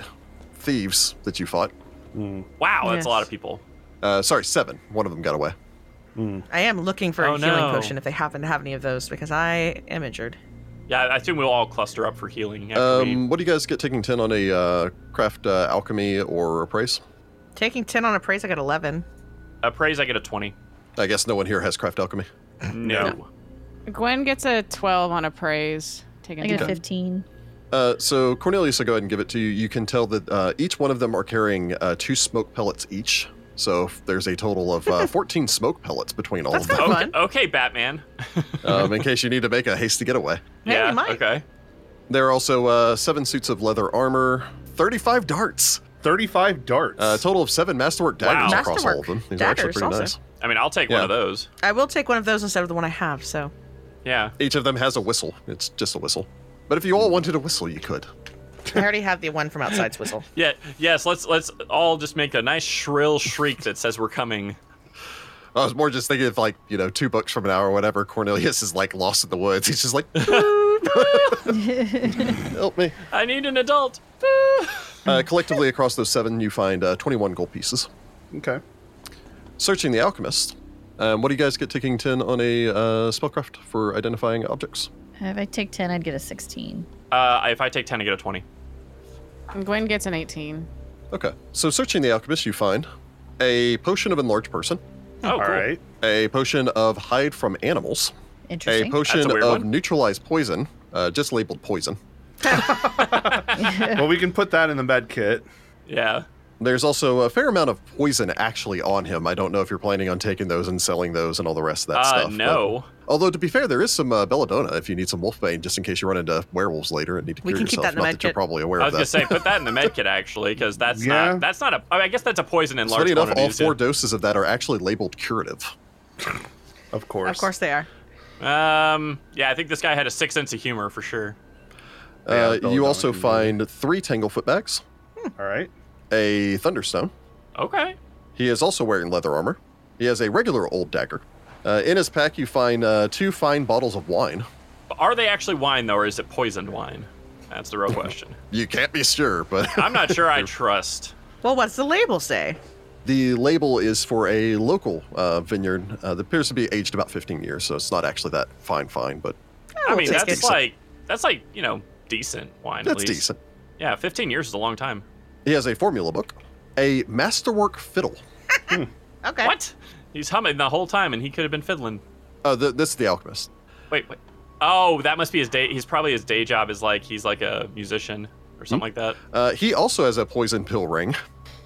thieves that you fought.
wow, that's
Yes.
a lot of people.
Uh, sorry, seven. One of them got away.
I am looking for
Oh,
a healing
no.
potion if they happen to have any of those because I am injured.
Yeah, I assume we'll all cluster up for healing. After
Um, what do you guys get taking ten on a uh, craft uh, alchemy or appraise?
Taking 10 on appraise, I got 11.
we appraise, I get a twenty.
I guess no one here has craft alchemy.
No,
Gwen gets a 12 on appraise. Taking
I get a
down.
15.
Uh, so Cornelius, I'll go ahead and give it to you. You can tell that uh, each one of them are carrying uh, two smoke pellets each. So f- there's a total of uh, 14 smoke pellets between all
That's
of them.
kinda
Okay,
Fun.
okay, Batman.
Um, in case you need to make a hasty getaway.
Hey,
yeah,
we might.
okay.
There are also uh, seven suits of leather armor, 35 darts,
35 darts.
a Uh, total of seven masterwork daggers
Wow.
across all of them.
Masterwork
These are actually
daggers
pretty
also.
nice.
I mean, I'll take one
Yeah.
of those.
I will take one of those instead of the one I have, so.
Yeah.
Each of them has a whistle. It's just a whistle. But if you all wanted a whistle, you could.
I already have the one from outside's whistle.
Yeah. Yes. Let's let's all just make a nice shrill shriek that says we're coming.
I was more just thinking of like, you know, two bucks from an hour or whatever. Cornelius is like lost in the woods. He's
*laughs*
just like, help me.
I need an adult. *laughs*
Uh, collectively, across those seven, you find uh, 21 gold pieces. Oh,
okay.
Searching the alchemist. Um, what do you guys get taking 10 on a uh, spellcraft for identifying objects?
If I take 10, I'd get a 16.
Uh, if I take ten, I get a twenty.
Hmm.
And Gwen gets an 18.
Okay. So, searching the alchemist, you find a potion of enlarged person,
Oh,
All right.
a potion of hide from animals, a
Interesting.
potion
That's a
of
weird one.
neutralized poison, uh, just labeled poison.
well, we can put that in the med kit.
Yeah.
There's also a fair amount of poison actually on him. I don't know if you're planning on taking those and selling those and all the rest of that
Uh,
stuff. but-
no.
although to be fair, there is some uh, belladonna if you need some wolfbane, just in case you run into werewolves later and need to
We
cure
can keep
yourself.
that in the
Not
med
that you're
kit.
probably aware
I
of
was
that.
gonna say put that in the medkit actually,
*laughs*
because that's
Yeah.
not that's not a. I, mean, I guess that's a poison in
It's
large
funny enough, all
quantities,
four
yeah.
doses of that are actually labeled curative.
Of course.
Of course they are.
Um. Yeah, I think this guy had a sick sense of humor for sure.
Yeah,
Uh,
don't
you
know
also
if you-
find three Tanglefoot bags,
All right.
a Thunderstone.
Okay.
He is also wearing leather armor. He has a regular old dagger. Uh, in his pack, you find uh, two fine bottles of wine.
But Are they actually wine though, or is it poisoned wine? That's
*laughs*
the real question.
You can't be sure, but *laughs*
I'm not sure I trust.
Well, what's the label say?
the label is for a local uh, vineyard uh, that appears to be aged about 15 years, so it's not actually that fine, fine, but
I
we'll
mean,
take
that's
it.
like that's like you know decent wine. at
that's
least.
decent.
Yeah, 15 years is a long time.
He has a formula book, a masterwork fiddle.
Okay.
What? He's humming the whole time, and he could have been fiddling.
Uh, th- this is the alchemist.
Wait, wait. Oh, that must be his day. He's probably his day job is like he's like a musician or something like that.
Uh, he also has a poison pill ring.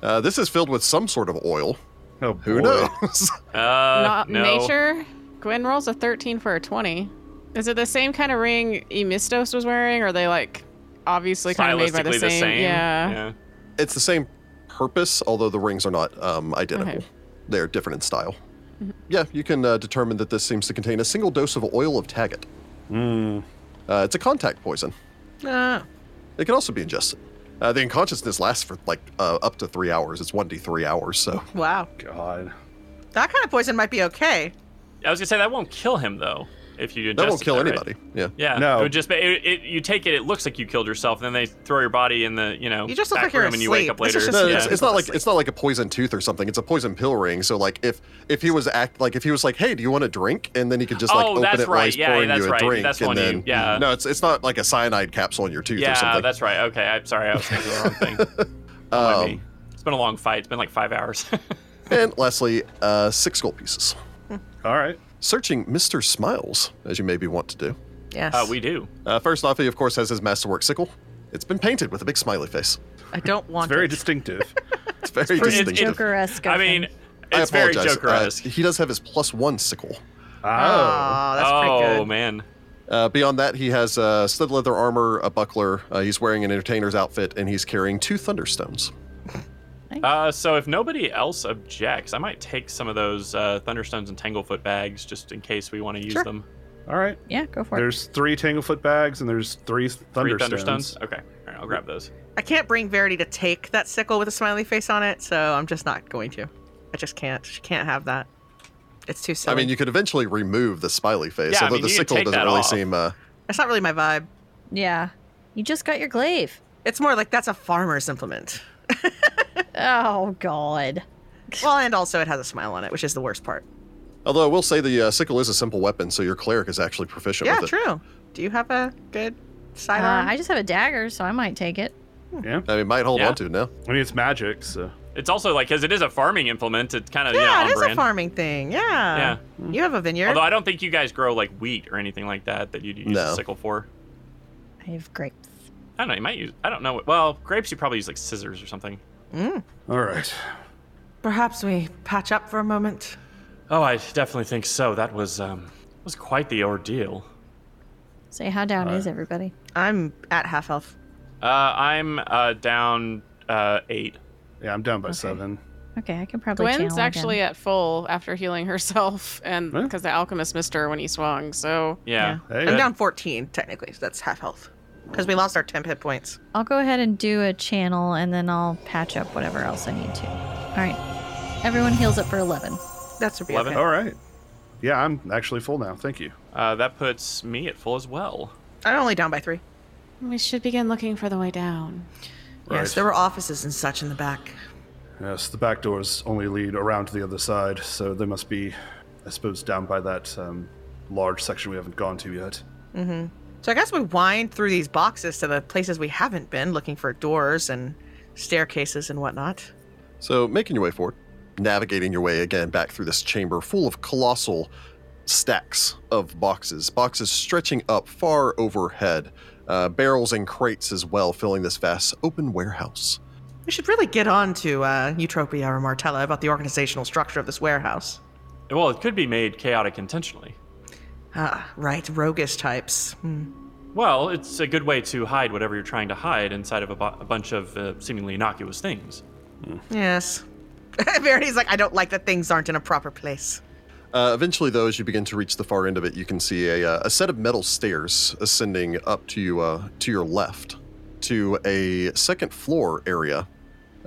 Uh, this is filled with some sort of oil.
Oh,
Who
boy.
knows? *laughs*
Uh,
Not
no.
nature. Gwen rolls a 13 for a 20. Is it the same kind of ring Emistos was wearing? Or are they like obviously kind of made by the
Stylistically
same? Yeah.
it's the same purpose, although the rings are not um, identical.
Okay.
They're different in style. Yeah, you can uh, determine that this seems to contain a single dose of oil of Taggart.
Mm,
Uh, it's a contact poison.
Uh,
It can also be ingested. Uh, the unconsciousness lasts for like uh, up to three hours. It's one d three hours, so
wow.
God.
That kind of poison might be okay.
I was gonna say that won't kill him though. If you ingest
that won't
it,
kill
though, right?
anybody. Yeah.
Yeah,
No.
It would just be, it, it, you take it. It looks like you killed yourself, and then they throw your body in the you know
You just look
back
like you're
room, and you wake up
asleep. This
later.
is
No,
just-
it's,
yeah.
it's not like it's not like a poison tooth or something. It's a poison pill ring. So like if if he was act like if he was like, hey, do you want a drink? And then he could just like
Oh,
open
that's
it while
right.
he's
Yeah,
pouring
that's
you a
right.
drink.
That's
and
one you-
then,
yeah.
No, it's it's not like a cyanide capsule in your tooth or
yeah,
something.
that's right. Okay, I'm sorry. I was thinking the wrong
*laughs*
thing. Don't mind me.
Um,
it's been a long fight. It's been like five hours. *laughs*
and lastly, uh, six gold pieces.
All right.
Searching Mister Smiles, as you maybe want to do.
Yes.
uh, we do.
Uh, first off, he of course has his masterwork sickle. It's been painted with a big smiley face.
I don't
It's
want
very
it.
distinctive.
It's very
pretty- it's-
distinctive.
Joker-esque.
I mean,
I
it's very
apologize. Uh, *laughs*
Joker-esque.
he does have his plus one sickle.
oh.
Oh, that's pretty
oh
good.
man,
Uh, beyond that, he has uh, stud leather armor, a buckler. Uh, he's wearing an entertainer's outfit, and he's carrying two thunderstones.
Uh, so if nobody else objects, I might take some of those uh, Thunderstones and Tanglefoot bags just in case we want to use
Sure.
them.
All right.
yeah, go for it.
There's three Tanglefoot bags and there's three
Three
Thunderstones.
Thunderstones. Okay, all right, I'll grab those.
I can't bring Verity to take that sickle with a smiley face on it, so I'm just not going to. I just can't. She can't have that. It's too silly.
I mean, you could eventually remove the smiley face,
Yeah, I
although
mean,
the
you could
sickle
take
doesn't
that
really
off.
seem. Uh,
That's not really my vibe.
yeah. You just got your glaive.
It's more like that's a farmer's
*laughs*
implement.
Oh, God.
Well, and also it has a smile on it, which is the worst part.
although I will say the uh, sickle is a simple weapon, so your cleric is actually proficient
yeah,
with it.
true. Do you have a good
Uh,
sidearm?
I just have a dagger, so I might take it.
I mean, might hold
Yeah.
on to it now.
I mean, it's magic, so.
It's also like because it is a farming implement. It's kind of
yeah,
on
it is
brand.
a farming thing. Yeah. Yeah. You have a vineyard.
Although I don't think you guys grow like wheat or anything like that that you'd use
No.
a sickle for.
I have grapes.
I don't know. You might use. I don't know. what- Well, grapes you probably use like scissors or something.
Mm.
All right.
Perhaps we patch up for a moment.
Oh, I definitely think so. That was um was quite the ordeal.
Say how down is everybody?
I'm at half health.
Uh, I'm uh, down uh, eight.
Yeah, I'm down by seven.
Okay, I can probably.
Gwen's
channel
actually
again.
at full after healing herself, *laughs* and
Huh?
because the alchemist missed her when he swung. So
Yeah.
Hey,
I'm down 14 technically, so that's half health because we lost our temp hit points.
I'll go ahead and do a channel, and then I'll patch up whatever else I need to. All right, everyone heals up for eleven.
That's a
Eleven.
All right. Yeah, I'm actually full now. Thank you.
Uh, that puts me at full as well.
I'm only down by three.
we should begin looking for the way down.
Right.
Yes, there were offices and such in the back.
Yes, the back doors only lead around to the other side, so they must be, I suppose, down by that um, large section we haven't gone to yet.
So I guess we wind through these boxes to the places we haven't been, looking for doors and staircases and whatnot.
So, making your way forward, navigating your way again back through this chamber full of colossal stacks of boxes, boxes stretching up far overhead, uh, barrels and crates as well, filling this vast open warehouse.
We should really get on to uh, Eutropia or Martella about the organizational structure of this warehouse.
Well, it could be made chaotic intentionally.
Ah, right, roguish types. Hmm.
Well, it's a good way to hide whatever you're trying to hide inside of a, bu- a bunch of uh, seemingly innocuous things.
*laughs* Yes. Verity's like, I don't like that things aren't in a proper place.
Uh, eventually, though, as you begin to reach the far end of it, you can see a, uh, a set of metal stairs ascending up to uh, to your left to a second floor area,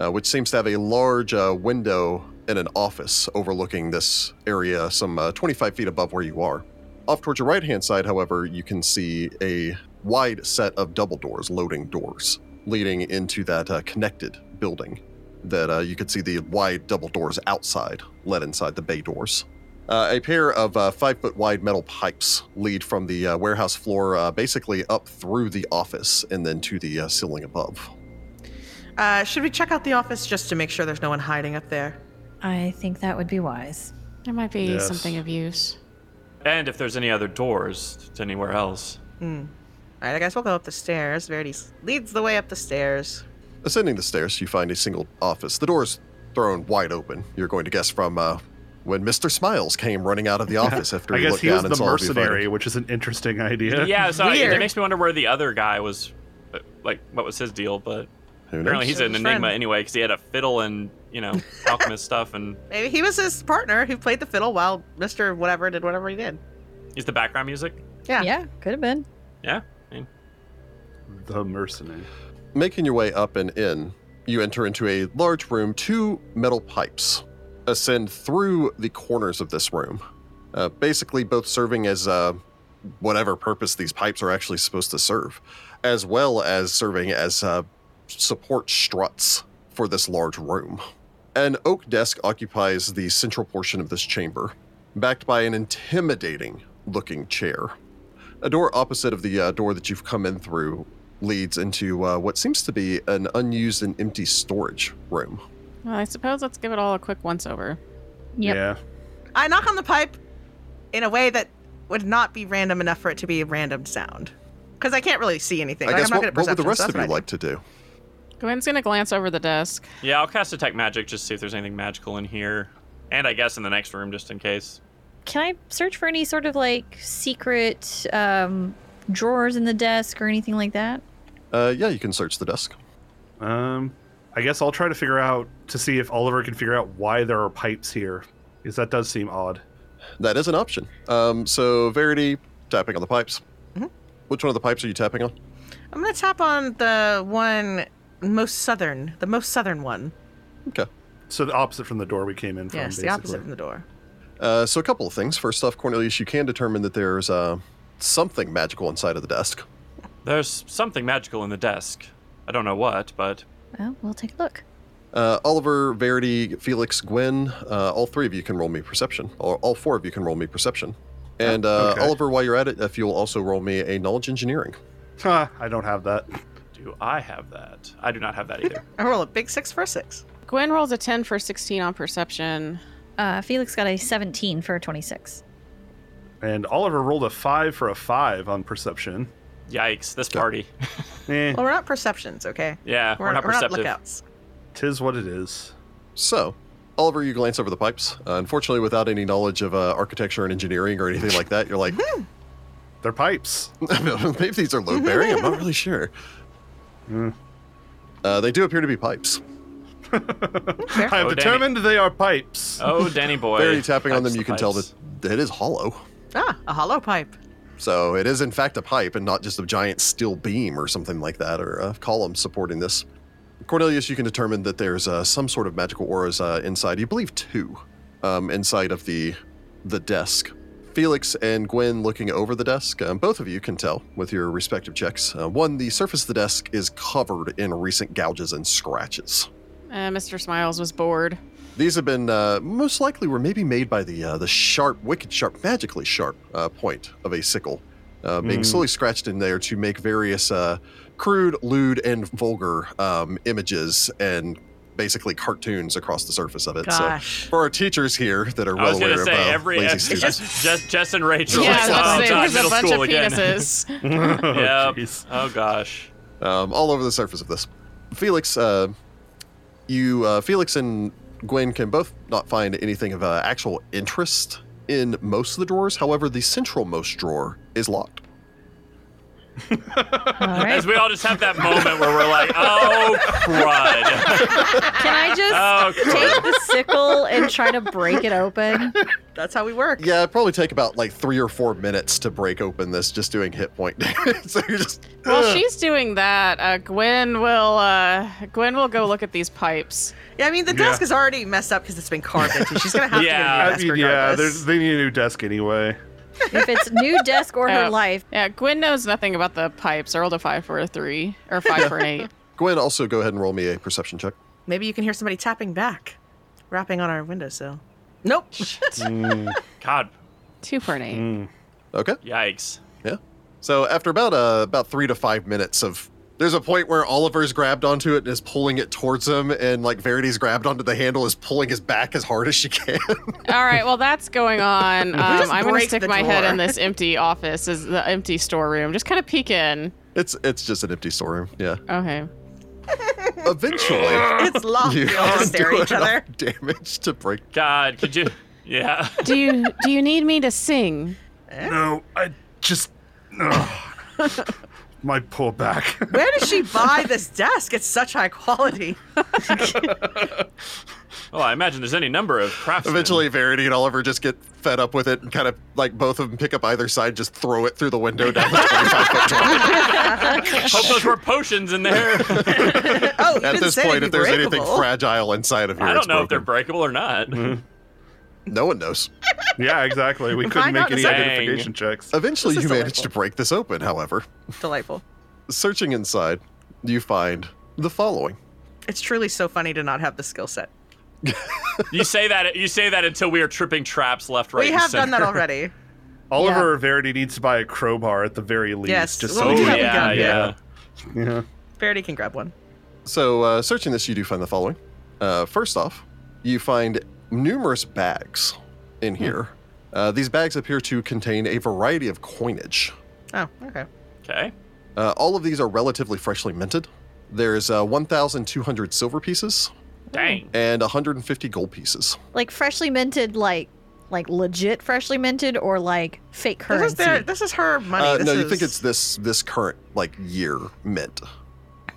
uh, which seems to have a large uh, window and an office overlooking this area, some uh, 25 feet above where you are. Off towards your right hand side, however, you can see a wide set of double doors, loading doors, leading into that uh, connected building. That uh, you could see the wide double doors outside led inside the bay doors. Uh, a pair of uh, five foot wide metal pipes lead from the uh, warehouse floor uh, basically up through the office and then to the uh, ceiling above.
Uh, should we check out the office just to make sure there's no one hiding up there?
I think that would be wise.
There might be
Yes.
something of use.
And if there's any other doors to anywhere *laughs* else.
All right, I guess we'll go up the stairs. Verity s- leads the way up the stairs.
Ascending the stairs, you find a single office. The door is thrown wide open. You're going to guess from uh, when Mr. Smiles came running out of
*laughs*
the office after
I
he
guess
looked
he
down
was
and
the
saw all of you fighting.
mercenary, which is an
*laughs*
interesting idea.
Yeah, so it,
Weird.
it makes me wonder where the other guy was, uh, like, what was his deal, but
Who knows?
apparently he's
His
an
friend.
enigma anyway because he had a fiddle and, you
*laughs*
know, alchemist stuff, and
Maybe he was his partner who played the fiddle while Mr. Whatever did whatever he did.
he's the background music.
Yeah.
could have been.
Yeah.
The mercenary.
Making your way up and in, you enter into a large room. Two metal pipes ascend through the corners of this room, uh, basically, both serving as uh, whatever purpose these pipes are actually supposed to serve, as well as serving as uh, support struts for this large room. An oak desk occupies the central portion of this chamber, backed by an intimidating looking chair. A door opposite of the uh, door that you've come in through leads into uh, what seems to be an unused and empty storage room.
Well, I suppose let's give it all a quick once over.
Yep.
Yeah.
I knock on the pipe in a way that would not be random enough for it to be a random sound. Because I can't really see anything.
I
like,
guess
I'm not
what,
good at
what would the
perception,
rest
so
of you
that's what I
like to do?
Gwen's gonna glance over the desk.
Yeah, I'll cast Detect Magic just to see if there's anything magical in here. And I guess in the next room just in case.
Can I search for any sort of like secret um, drawers in the desk or anything like that?
Uh, yeah, you can search the desk.
Um, I guess I'll try to figure out to see if Oliver can figure out why there are pipes here, because that does seem odd.
That is an option. Um, so Verity tapping on the pipes.
Mm-hmm.
Which one of the pipes are you tapping on?
do. I'm going to tap on the one most southern, the most southern one.
Okay.
So the opposite from the door we came in from.
yes,
basically.
the opposite from the door.
Uh, so a couple of things. First off, Cornelius, you can determine that there's uh, something magical inside of the desk.
There's something magical in the desk. I don't know what, but
Well, we'll take a look.
Uh, Oliver, Verity, Felix, Gwen, uh, all three of you can roll me perception, or all four of you can roll me perception. And uh,
Okay.
Oliver, while you're at it, if you'll also roll me a knowledge engineering.
Huh, I don't have that.
do I have that? I do not have that
*laughs*
either.
I roll a big six for a six.
Gwen rolls a 10 for 16 on perception.
Uh, Felix got a 17 for a
*laughs*
26.
And Oliver rolled a five for a five on perception.
Yikes, this party. *laughs*
Eh,
Well, we're not perceptions, okay?
Yeah, we're, not
we're not
perceptive.
lookouts.
tis what it is.
So, Oliver, you glance over the pipes. Uh, unfortunately, without any knowledge of uh, architecture and engineering or anything like that, you're like, *laughs*
They're pipes.
maybe these are load bearing. I'm not really sure.
Hmm.
Uh, they do appear to be pipes.
I have
Oh, Danny.
determined they are pipes. *laughs*
oh,
*laughs*
Danny boy.
Barely tapping on
Pipes
them, you
to
can tell
pipes.
that it is hollow.
Ah, a hollow pipe.
So it is in fact a pipe and not just a giant steel beam or something like that or a column supporting this. Cornelius, you can determine that there's uh, some sort of magical auras uh, inside. You believe two um, inside of the the desk. Felix and Gwen looking over the desk. Um, both of you can tell with your respective checks. Uh, one, the surface of the desk is covered in recent gouges and scratches.
Uh, Mr. Smiles was bored.
These have been uh, most likely were maybe made by the uh, the sharp, wicked sharp, magically sharp uh, point of a sickle, uh, being
Hmm.
Mm.
slowly scratched in there to make various uh, crude, lewd, and vulgar um, images and basically cartoons across the surface of it.
Gosh.
So for our teachers here that are
I
well
was
aware
gonna
of
say
uh,
every *laughs*
lazy
it's
students,
just, just Jess and Rachel.
Yeah, I was
like, oh,
about to say,
God,
there's a
middle
bunch
school
of
again. *laughs*
penises.
yeah.
Oh, Jeez.
Oh gosh.
um, all over the surface of this. Felix, uh, you, uh, Felix and Gwen can both not find anything of uh, actual interest in most of the drawers. However, the centralmost drawer is locked.
All right.
As we all just have that moment where we're like, oh, crud.
Can I just
Oh,
take the sickle and try to break it open?
That's how we work.
Yeah, it'd probably take about like three or four minutes to break open this just doing hit point *laughs* damage. so you're just.
While
Ugh.
she's doing that, uh, Gwen will uh, Gwen will go look at these pipes.
Yeah, I mean the
Yeah.
desk is already messed up because it's been carved into. She's
*laughs*
gonna have
Yeah.
to
I
get a new desk
mean, yeah, there's-
regardless.
they need a new desk anyway.
If it's new desk or her
Uh,
life,
Yeah, Gwen knows nothing about the pipes. I rolled a five for a three or five for an eight.
Gwen, also go ahead and roll me a perception check.
Maybe you can hear somebody tapping back, rapping on our windowsill.
*laughs*
Nope. *laughs*
God,
Two for an eight.
Okay.
yikes.
Yeah. So after about uh, about three to five minutes of, there's a point where Oliver's grabbed onto it and is pulling it towards him, and like Verity's grabbed onto the handle, is pulling his back as hard as she can. *laughs*
All right, well that's going on. Um,
just
I'm gonna
break
stick
the
my head
drawer.
in this empty office, is the empty storeroom. Just kind of peek in.
it's it's just an empty storeroom. Yeah.
Okay.
Eventually, *laughs*
it's locked.
you
We all just
guys
stare
do
at each other.
enough damage to break.
God, could you? Yeah.
Do you do you need me to sing?
Eh?
No, I just ugh.
*laughs*
my poor back.
Where did she buy this desk? It's such high quality.
*laughs*
Well, I imagine there's any number of crafts.
Eventually, Verity and Oliver just get fed up with it and kind of like both of them pick up either side, just throw it through the window down the 25
*laughs*
foot drop.
hope those were potions
*laughs*
in there.
Oh, you
At
didn't
this
say
point,
they'd
if
be
there's anything
breakable.
fragile inside of here,
I don't
it's
know if they're
broken. Mm-hmm.
breakable or not.
No one knows.
*laughs* yeah, exactly. We couldn't
Find out
make any
the Uh,
second.
identification checks.
Eventually,
This
you
is
manage to
delightful.
break this open, however.
Delightful.
Searching inside, you find the following.
It's truly so funny to not have the skill set.
You say that. You say that until we are tripping traps left, right.
we
and
have done
*laughs*
that
center.
already.
Oliver Verity needs to buy a crowbar at the very least.
Yes,
Just
well,
so
Oh
we
he-
haven't
yeah,
gotten
yeah.
yet. yeah.
Verity can grab one.
So, uh, searching this, you do find the following. Uh, first off, you find numerous bags in
Hmm.
here. Uh, these bags appear to contain a variety of coinage.
Oh, okay.
Okay.
Uh, all of these are relatively freshly minted. There's uh, 1,200 silver pieces
Dang.
and 150 gold pieces.
like freshly minted, like like legit freshly minted, or like fake
This is,
currency.
their, this is her money.
Uh,
this
no,
is,
you think it's this this current like year mint.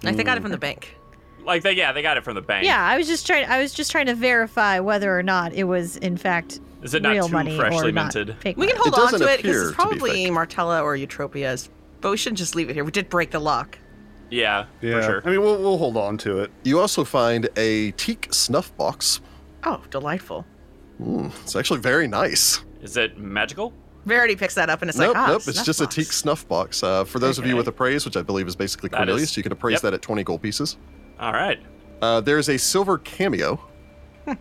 I think I got it from the
Mm.
bank.
Like they, yeah, they got it from the bank.
yeah, I was just trying. I was just trying to verify whether or not it was in fact
Is it not
real
too
money
freshly
or not
minted?
fake
We
money.
can hold
It
on
doesn't
to it
appear
because
to be
it's probably
fake.
Martella or Eutropia's. But we shouldn't just leave it here. We did break the lock.
Yeah,
Yeah.
for sure.
I mean, we'll, we'll hold on to it.
You also find a teak snuff box.
Oh, delightful.
Mm, it's actually very nice.
Is it magical?
Verity picks that up and it's
nope,
like, ah,
nope. It's
snuff
just
box.
a teak snuff box. Uh, for those of you
Okay.
with appraise, which I believe is basically
That
Cornelius,
is-
you can appraise
yep.
that at 20 gold pieces.
All right.
Uh, there's a silver cameo.
Hmm.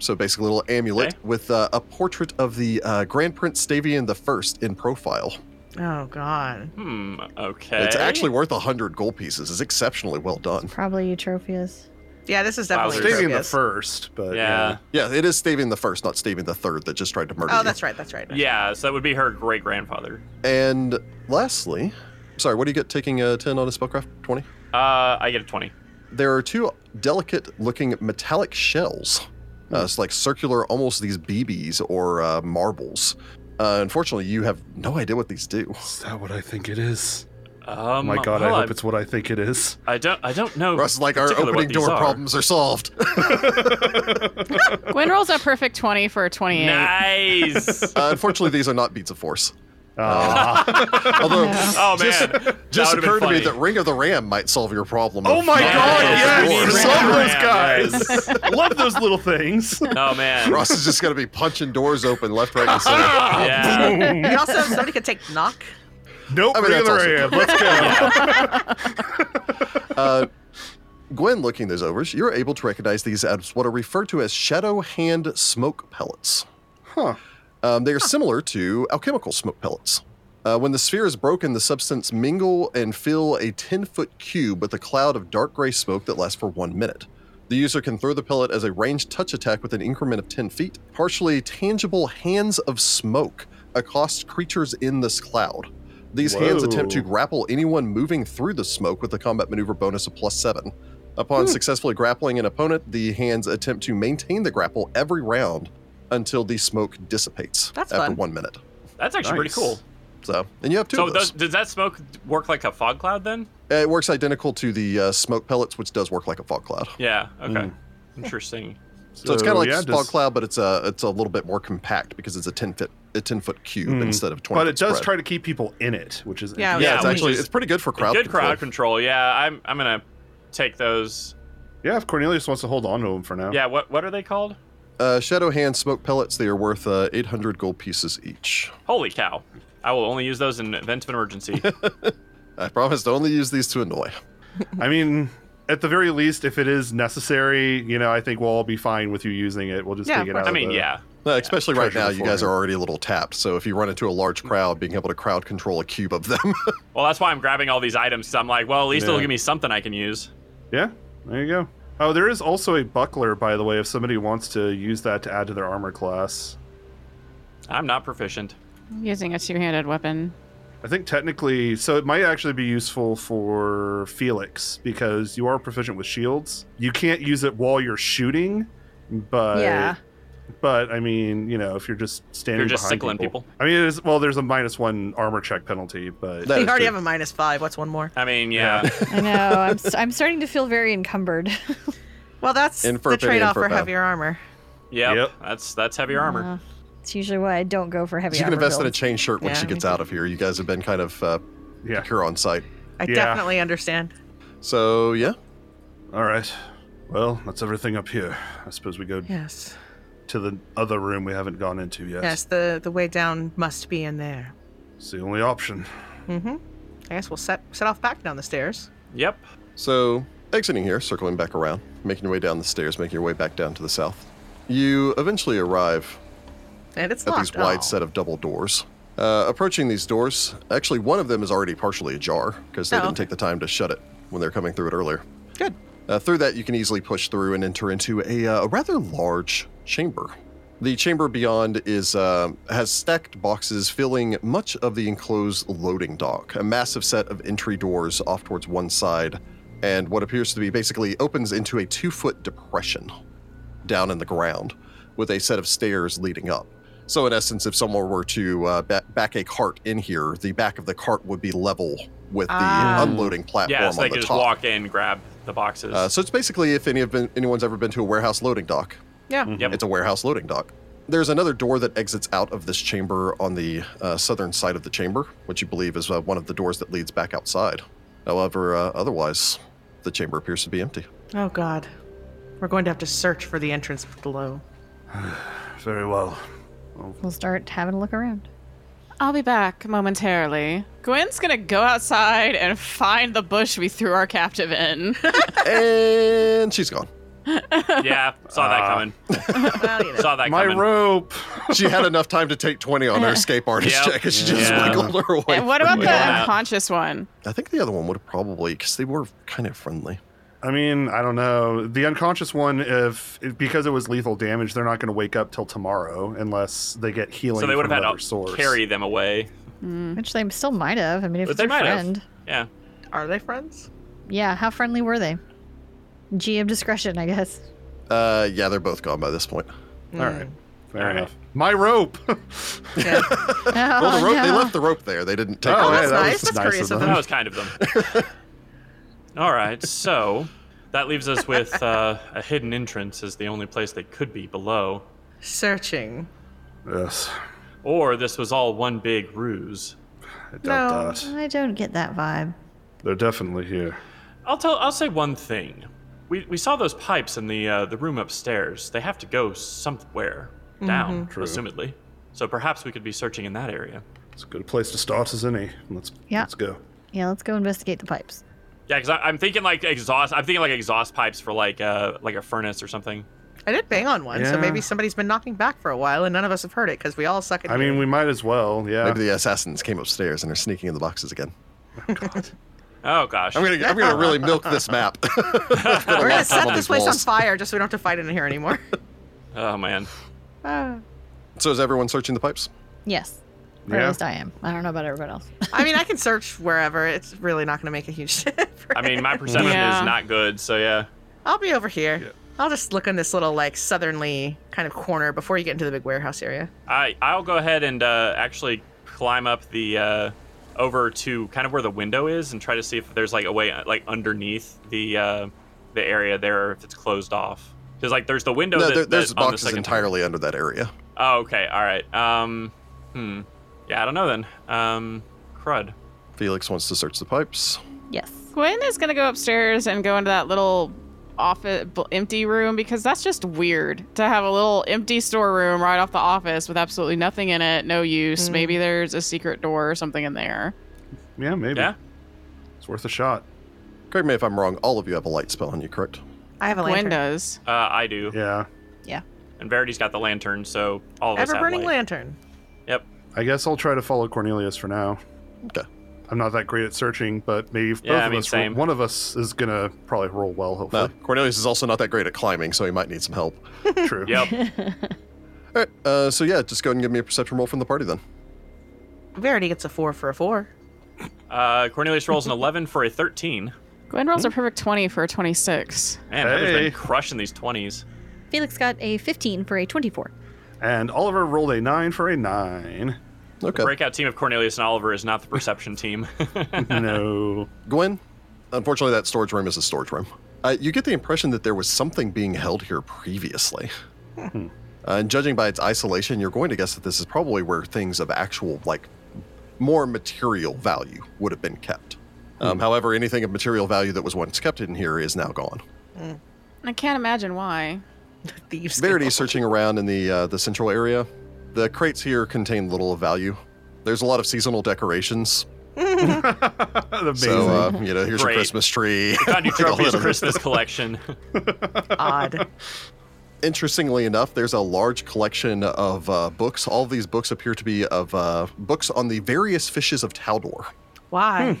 So basically, a little amulet
Okay.
with uh, a portrait of the uh, Grand Prince Stavian the First in profile.
Oh God.
Hmm. Okay.
It's actually worth 100 gold pieces. It's exceptionally well done.
Probably eutrophias.
Yeah, this is
Wow,
definitely.
there's-
Stavian the
Eutropia's.
first, but
Yeah.
Yeah, it is Stavian the First, not Stavian the Third, that just tried to murder
Oh,
you.
that's right. That's right. *laughs*
Yeah. So that would be her great grandfather.
And lastly, sorry, what do you get taking a 10 on a spellcraft? 20?
Uh, I get a twenty.
There are two delicate looking metallic shells. Uh, it's like circular, almost these BBs or uh, marbles. Uh, unfortunately, you have no idea what these
*laughs*
do.
Is that what I think it is?
Oh
my god, I hope it's what I think it is.
I don't. I don't know.
Russ, is like our
particularly what
opening
these
door
are.
problems are
*laughs*
solved.
Gwen rolls a perfect twenty for a twenty-eight.
*laughs*
Nice.
Uh, unfortunately, these are not beats of force.
*laughs*
Ah.
Although,
oh
just-
man. That
just
would've been
occurred to me
funny.
that Ring of the Ram might solve your problem.
oh
of
my
not
god,
being
yes, we
able to
need
solve
Ram.
it.
yes! Love those guys. *laughs* Love those little things.
Oh man. Ah,
Russ is just going to be punching doors open left, right, and
*laughs*
center.
Yeah.
You can also somebody could take knock.
Nope,
I mean,
Ring
that's
of
also
the Ram. Let's go.
*laughs* Uh, Gwen, looking those over, you're able to recognize these as what are referred to as shadow hand smoke pellets.
Huh.
Um, they are similar to alchemical smoke pellets. Uh, when the sphere is broken, the substance mingle and fill a 10 foot cube with a cloud of dark gray smoke that lasts for one minute. The user can throw the pellet as a ranged touch attack with an increment of 10 feet. Partially tangible hands of smoke accost creatures in this cloud. These hands
Whoa.
attempt to grapple anyone moving through the smoke with a combat maneuver bonus of plus seven.
Hmm.
Upon successfully grappling an opponent, the hands attempt to maintain the grapple every round until the smoke dissipates
That's
after
fun.
one minute.
That's actually pretty
Nice.
cool.
So, and you have two
so
of
does,
those.
does that smoke work like a fog cloud then?
Uh, It works identical to the uh, smoke pellets, which does work like a fog cloud.
Yeah. Okay.
Mm.
Interesting.
So, it's kind of like
yeah,
fog
does-
cloud, but it's a it's a little bit more compact because it's a ten foot a ten foot cube
Mm.
instead of twenty.
But it
foot
does
spread.
try to keep people in it, which is
Yeah,
Yeah, it's
which
actually
is
it's pretty good for crowd.
Good crowd
control.
control. Yeah, I'm I'm gonna take those.
Yeah, if Cornelius wants to hold on to him for now.
Yeah. What what are they called?
Uh, shadow hand smoke pellets. They are worth uh, eight hundred gold pieces each.
Holy cow! I will only use those in event of
*laughs*
an emergency.
I promise to only use these to annoy.
I mean, at the very least, if it is necessary, you know, I think we'll all be fine with you using it. We'll just
Yeah,
take it
of course.
out.
I mean,
of the-
yeah.
Uh, especially right
treasure
now, you
before
guys
you.
are already a little tapped. So if you run into a large crowd, being able to crowd control a cube of them. *laughs*
Well, that's why I'm grabbing all these items. 'cause I'm like, well, at least it'll
Yeah.
give me something I can use.
Yeah, there you go. Oh, there is also a buckler, by the way, if somebody wants to use that to add to their armor class.
I'm not proficient.
Using a two-handed weapon.
I think technically, so it might actually be useful for Felix because you are proficient with shields. You can't use it while you're shooting, but
Yeah.
but I mean, you know, if you're just standing,
You're just
behind
sickling people.
I mean, it is well. There's a minus one armor check penalty,
*laughs*
but
That
you
is
already
true.
have a minus five. What's one more?
I mean, yeah.
I know. I'm, s- I'm starting to feel very encumbered. *laughs*
Well, that's
In for
the
a penny, in
trade-off
for a
for
pound.
heavier armor.
*laughs* yep.
Yep.
That's that's heavy armor.
Uh, it's usually why I don't go for heavy
She can
armor
invest in a
builds.
chain shirt when
Yeah.
she gets out of here. You guys have been kind of uh,
yeah.
here on site.
I
Yeah.
definitely understand.
So yeah,
All right. Well, that's everything up here. I suppose we go
Yes.
to the other room we haven't gone into yet.
Yes. the the way down must be in there.
It's the only option.
Mm-hmm. I guess we'll set set off back down the stairs.
Yep.
So, exiting here, circling back around, making your way down the stairs, making your way back down to the south, you eventually arrive
And it's
at
locked.
these wide
Oh.
set of double doors. Uh, approaching these doors, actually, one of them is already partially ajar because they
Oh,
didn't
okay.
take the time to shut it when they were coming through it earlier.
Good.
Uh, through that, you can easily push through and enter into a, uh, a rather large chamber. The chamber beyond is uh, has stacked boxes filling much of the enclosed loading dock. A massive set of entry doors off towards one side, and what appears to be basically opens into a two-foot depression down in the ground, with a set of stairs leading up. So, in essence, if someone were to uh, ba- back a cart in here, the back of the cart would be level with the
Ah.
unloading platform
Yeah. So
on
they
the
can just
top.
walk in, grab the boxes.
Uh, so it's basically if any of been, anyone's ever been to a warehouse loading dock,
Yeah.
Mhm.
Yep.
it's a warehouse loading dock. There's another door that exits out of this chamber on the uh, southern side of the chamber, which you believe is uh, one of the doors that leads back outside. However, uh, otherwise, the chamber appears to be
*laughs*
empty.
Oh God. We're going to have to search for the entrance below.
Very well.
We'll start having a look around.
I'll be back momentarily. Gwen's gonna go outside and find the bush we threw our captive in. *laughs*
and she's gone.
yeah. Saw that
Ah.
coming.
Uh, *laughs* Well, you know.
Saw that
My
coming.
rope.
She had enough time to take 20 on her escape artist
Yep.
check, and she just
Yeah.
wiggled her way.
and what about
through
the
it.
Yeah.
unconscious one?
I think the other one would have probably, because they were kind of friendly.
I mean, I don't know. The unconscious one, if because it was lethal damage, they're not going to wake up till tomorrow unless they get healing.
so they would
from
have had
another
to
source.
carry them away.
Hmm.
Which they still might have. I mean, if
But
it's
they
their
might have.
friend.
Yeah.
Are they friends?
Yeah, how friendly were they? GM discretion, I guess. *laughs*
Uh, yeah, they're both gone by this point.
All right, fair
All right.
enough. My rope. *laughs*
Yeah.
Oh,
Well, the rope, they
no.
left the rope there. They didn't take
Oh,
it.
yeah,
that's
that
nice.
was
That's
nice
courteous
of
of
them.
That was kind of them.
*laughs*
All right, so that leaves us with uh, a hidden entrance as the only place they could be below.
Searching.
yes,
Or this was all one big ruse.
I doubt
No.
that.
I don't get that vibe.
They're definitely here.
I'll tell. I'll say one thing. We, we saw those pipes in the uh, the room upstairs. They have to go somewhere down,
True.
assumedly. So perhaps we could be searching in that area.
It's a good place to start as any. Let's
Yeah.
let's go.
Yeah, let's go investigate the pipes.
Yeah, because I'm thinking like exhaust. I'm thinking like exhaust pipes for like uh like a furnace or something.
I did bang on one, so
Yeah.
maybe somebody's been knocking back for a while, and none of us have heard it because we all suck at.
I mean, we might as well. Yeah.
Maybe the assassins came upstairs and are sneaking in the boxes again.
Oh gosh.
I'm
*laughs*
gonna, I'm gonna really milk this map. *laughs*
we're
lot
gonna
of time
set
on
this
these
place on
walls.
fire just so we don't have to fight in here
*laughs*
anymore.
oh man.
Ah.
so is everyone searching the pipes?
Yes. Or
Yeah.
at least I am. I don't know about everyone else. *laughs*
I mean, I can search wherever. It's really not gonna make a huge *laughs* difference.
I mean, my perception
Yeah.
is not good. So yeah.
I'll be over here.
Yeah.
I'll just look in this little like southernly kind of corner before you get into the big warehouse area.
I I'll go ahead and uh, actually climb up the uh, over to kind of where the window is and try to see if there's like a way uh, like underneath the uh, the area there or if it's closed off. Because like there's the window.
no,
that,
there, there's
that on the
boxes
second
entirely under that area.
Oh, okay. All right. Um, hmm. Yeah, I don't know then. Um, crud.
Felix wants to search the pipes.
Yes.
Gwen is gonna go upstairs and go into that little office bl- empty room because that's just weird to have a little empty storeroom right off the office with absolutely nothing in it, no use.
Mm.
Maybe there's a secret door or something in there.
Yeah, maybe.
Yeah.
It's worth a shot.
Correct me if I'm wrong. All of you have a light spell on you, correct?
I have a
Gwen
lantern.
does.
Uh, I do.
Yeah.
And Verity's got the lantern, so all of us
Ever
have
burning
light.
lantern.
Yep.
I guess I'll try to follow Cornelius for now.
Okay.
I'm not that great at searching, but maybe if both
Yeah, I
of
mean,
us, roll-
same.
one of us is gonna probably roll well.
No,
Hopefully,
Cornelius is also not that great at climbing, so he might need some help.
*laughs*
true.
Yep.
All right. Uh, so yeah, just go ahead and give me a perception roll from the party then.
Verity gets a four for a four.
uh, Cornelius rolls an 11 for a 13.
Gwen rolls a perfect twenty for a twenty-six.
Man, Heather's
Hey.
been crushing these 20s.
Felix got a 15 for a 24.
And Oliver rolled a nine for
*laughs*
a nine.
Okay.
Breakout team of Cornelius and Oliver is not the
*laughs*
perception team.
no.
Gwen, unfortunately, that storage room is a storage room. Uh, you get the impression that there was something being held here previously. Uh, and judging by its isolation, you're going to guess that this is probably where things of actual, like, more material value would have been kept. Um, However, anything of material value that was once kept in here is now gone.
I can't imagine why.
Thieves.
Verity is searching around in the uh, the central area. The crates here contain little of value. There's a lot of seasonal decorations.
Amazing.
So, uh, you know, here's
Great.
your Christmas
*laughs*
tree. *laughs*
Found your
Like all
trophies
that other
Christmas collection.
*laughs*
*laughs*
Odd.
interestingly enough, there's a large collection of uh, books. All of these books appear to be of uh, books on the various fishes of Taldor.
Hmm.
Why?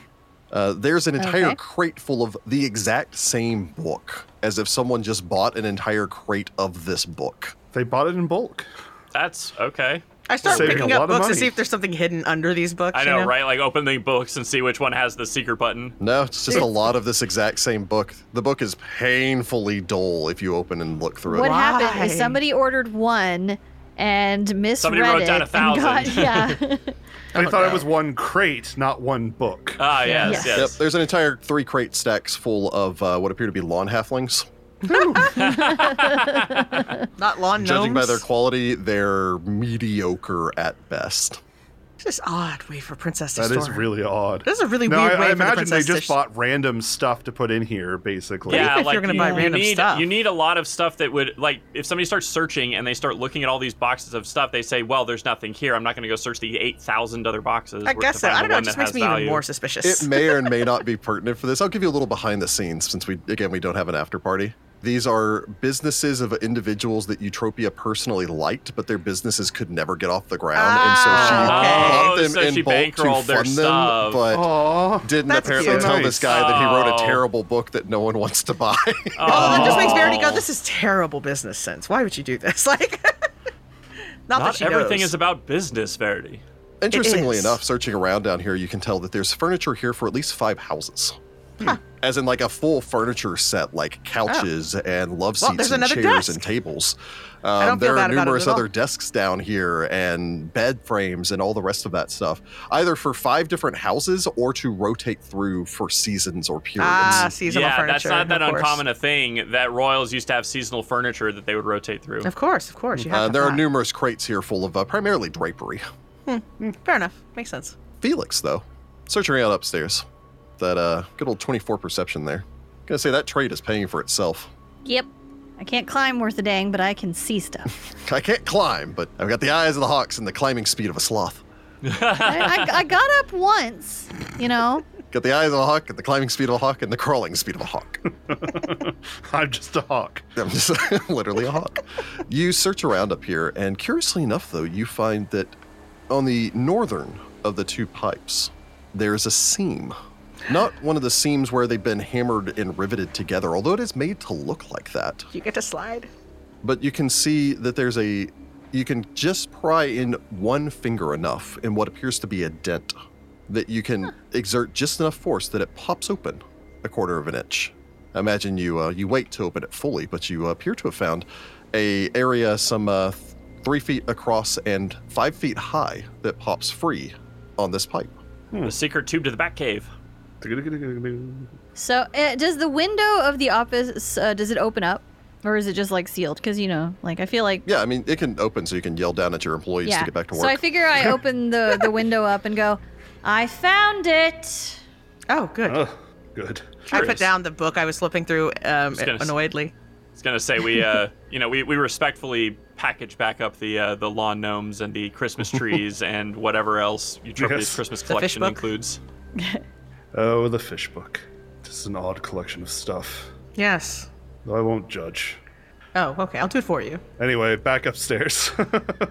Uh, there's an entire
Okay.
crate full of the exact same book, as if someone just bought an entire crate of this book.
they bought it in bulk.
That's okay.
I start
Saving
picking
a
up
lot of
books to
money.
see if there's something hidden under these books.
I
you
know, right? Like open the books and see which one has the secret button.
No, it's just a lot of this exact same book. The book is painfully dull if you open and look through
What
it.
happened is
Why?
somebody ordered one and misread
Somebody wrote
it
down a
and
thousand.
got- *laughs*
*laughs*
yeah.
They thought it was one crate, not one book.
Ah, yes,
Yes.
Yep,
yes.
there's an entire three crate stacks full of uh, what appear to be lawn halflings.
Not lawn
Judging by
gnomes.
their quality, they're mediocre at best.
It's just odd way for princess to
That is
store.
really odd.
This is a really
No,
weird
I,
way
I
for the
imagine they
princess to
just
sh-
bought random stuff to put in here, basically.
Yeah,
Even if
like
you're gonna buy
you
random
need,
stuff.
You need a lot of stuff that would like if somebody starts searching and they start looking at all these boxes of stuff, they say, "Well, there's nothing here. I'm not going to go search the eight thousand other boxes."
I
worth
guess
to
so.
find
I
the
don't know.
one
It just
that
makes
has
me
value."
even more suspicious.
It may or may not
*laughs*
be pertinent for this. I'll give you a little behind the scenes since we, again, we don't have an after party. These are businesses of individuals that Eutropia personally liked, but their businesses could never get off the ground.
Ah,
and so she bought
okay.
them
Oh, so
in
she
bulk to
bankrolled
fund
their
them,
stuff.
but
Aw.
didn't
That's
apparently
cute.
tell this guy that he wrote a
Oh.
terrible book that no one wants to buy. *laughs*
Oh, that just makes Verity go,
Oh.
this is terrible business sense. Why would you do this? *laughs* Like, not, that
Not
she
everything
knows.
is about business, Verity.
Interestingly
is.
enough, searching around down here, you can tell that there's furniture here for at least five houses.
Hmm.
As in, like a full furniture set, like couches and love
Oh. Well,
seats
there's
and
another
chairs
desk.
and tables.
don't
Um,
feel
there are
bad about it
numerous
at all.
other desks down here and bed frames and all the rest of that stuff, either for five different houses or to rotate through for seasons or periods.
ah seasonal
yeah,
furniture.
that's not that
of course.
uncommon a thing that royals used to have seasonal furniture that they would rotate through.
Of course, of course. You have
Uh,
to
there
have
are
that.
numerous crates here full of uh, primarily drapery.
Fair enough. Makes sense.
Felix, though, searching around upstairs, that uh, good old 24 perception there. Gonna say that trait is paying for itself.
yep. I can't climb worth a dang, but I can see stuff.
I can't climb, but I've got the eyes of the hawks and the climbing speed of a sloth.
I, I, I got up once, you know.
Got the eyes of a hawk and the climbing speed of a hawk and the crawling speed of a hawk.
I'm just a hawk.
I'm just *laughs* literally a hawk. You search around up here, and curiously enough, though, you find that on the northern of the two pipes, there's a seam. Not one of the seams where they've been hammered and riveted together, although it is made to look like that.
You get to slide.
but you can see that there's a you can just pry in one finger enough in what appears to be a dent that you can exert just enough force that it pops open a quarter of an inch I imagine you uh, you wait to open it fully but you appear to have found a area some uh, th- three feet across and five feet high that pops free on this pipe.
The secret tube to the back cave.
So uh, does the window of the office uh, does it open up, or is it just like sealed? Because you know, like I feel like
Yeah, I mean, it can open so you can yell down at your employees to get back to work.
So I
*laughs*
figure I open the the window up and go, I found it.
Oh, good.
Oh, good.
I
Curious.
put down the book I was flipping through um,
gonna s-
annoyedly.
I was gonna say
*laughs*
we, uh, you know, we, we respectfully package back up the uh, the lawn gnomes and the
*laughs*
Christmas trees and whatever else Eutropia's
Yes.
Christmas
The fish
collection
book.
includes.
Oh, the fish book. This is an odd collection of stuff.
Yes.
Though I won't judge.
Oh, okay. I'll do it for you.
Anyway, back upstairs.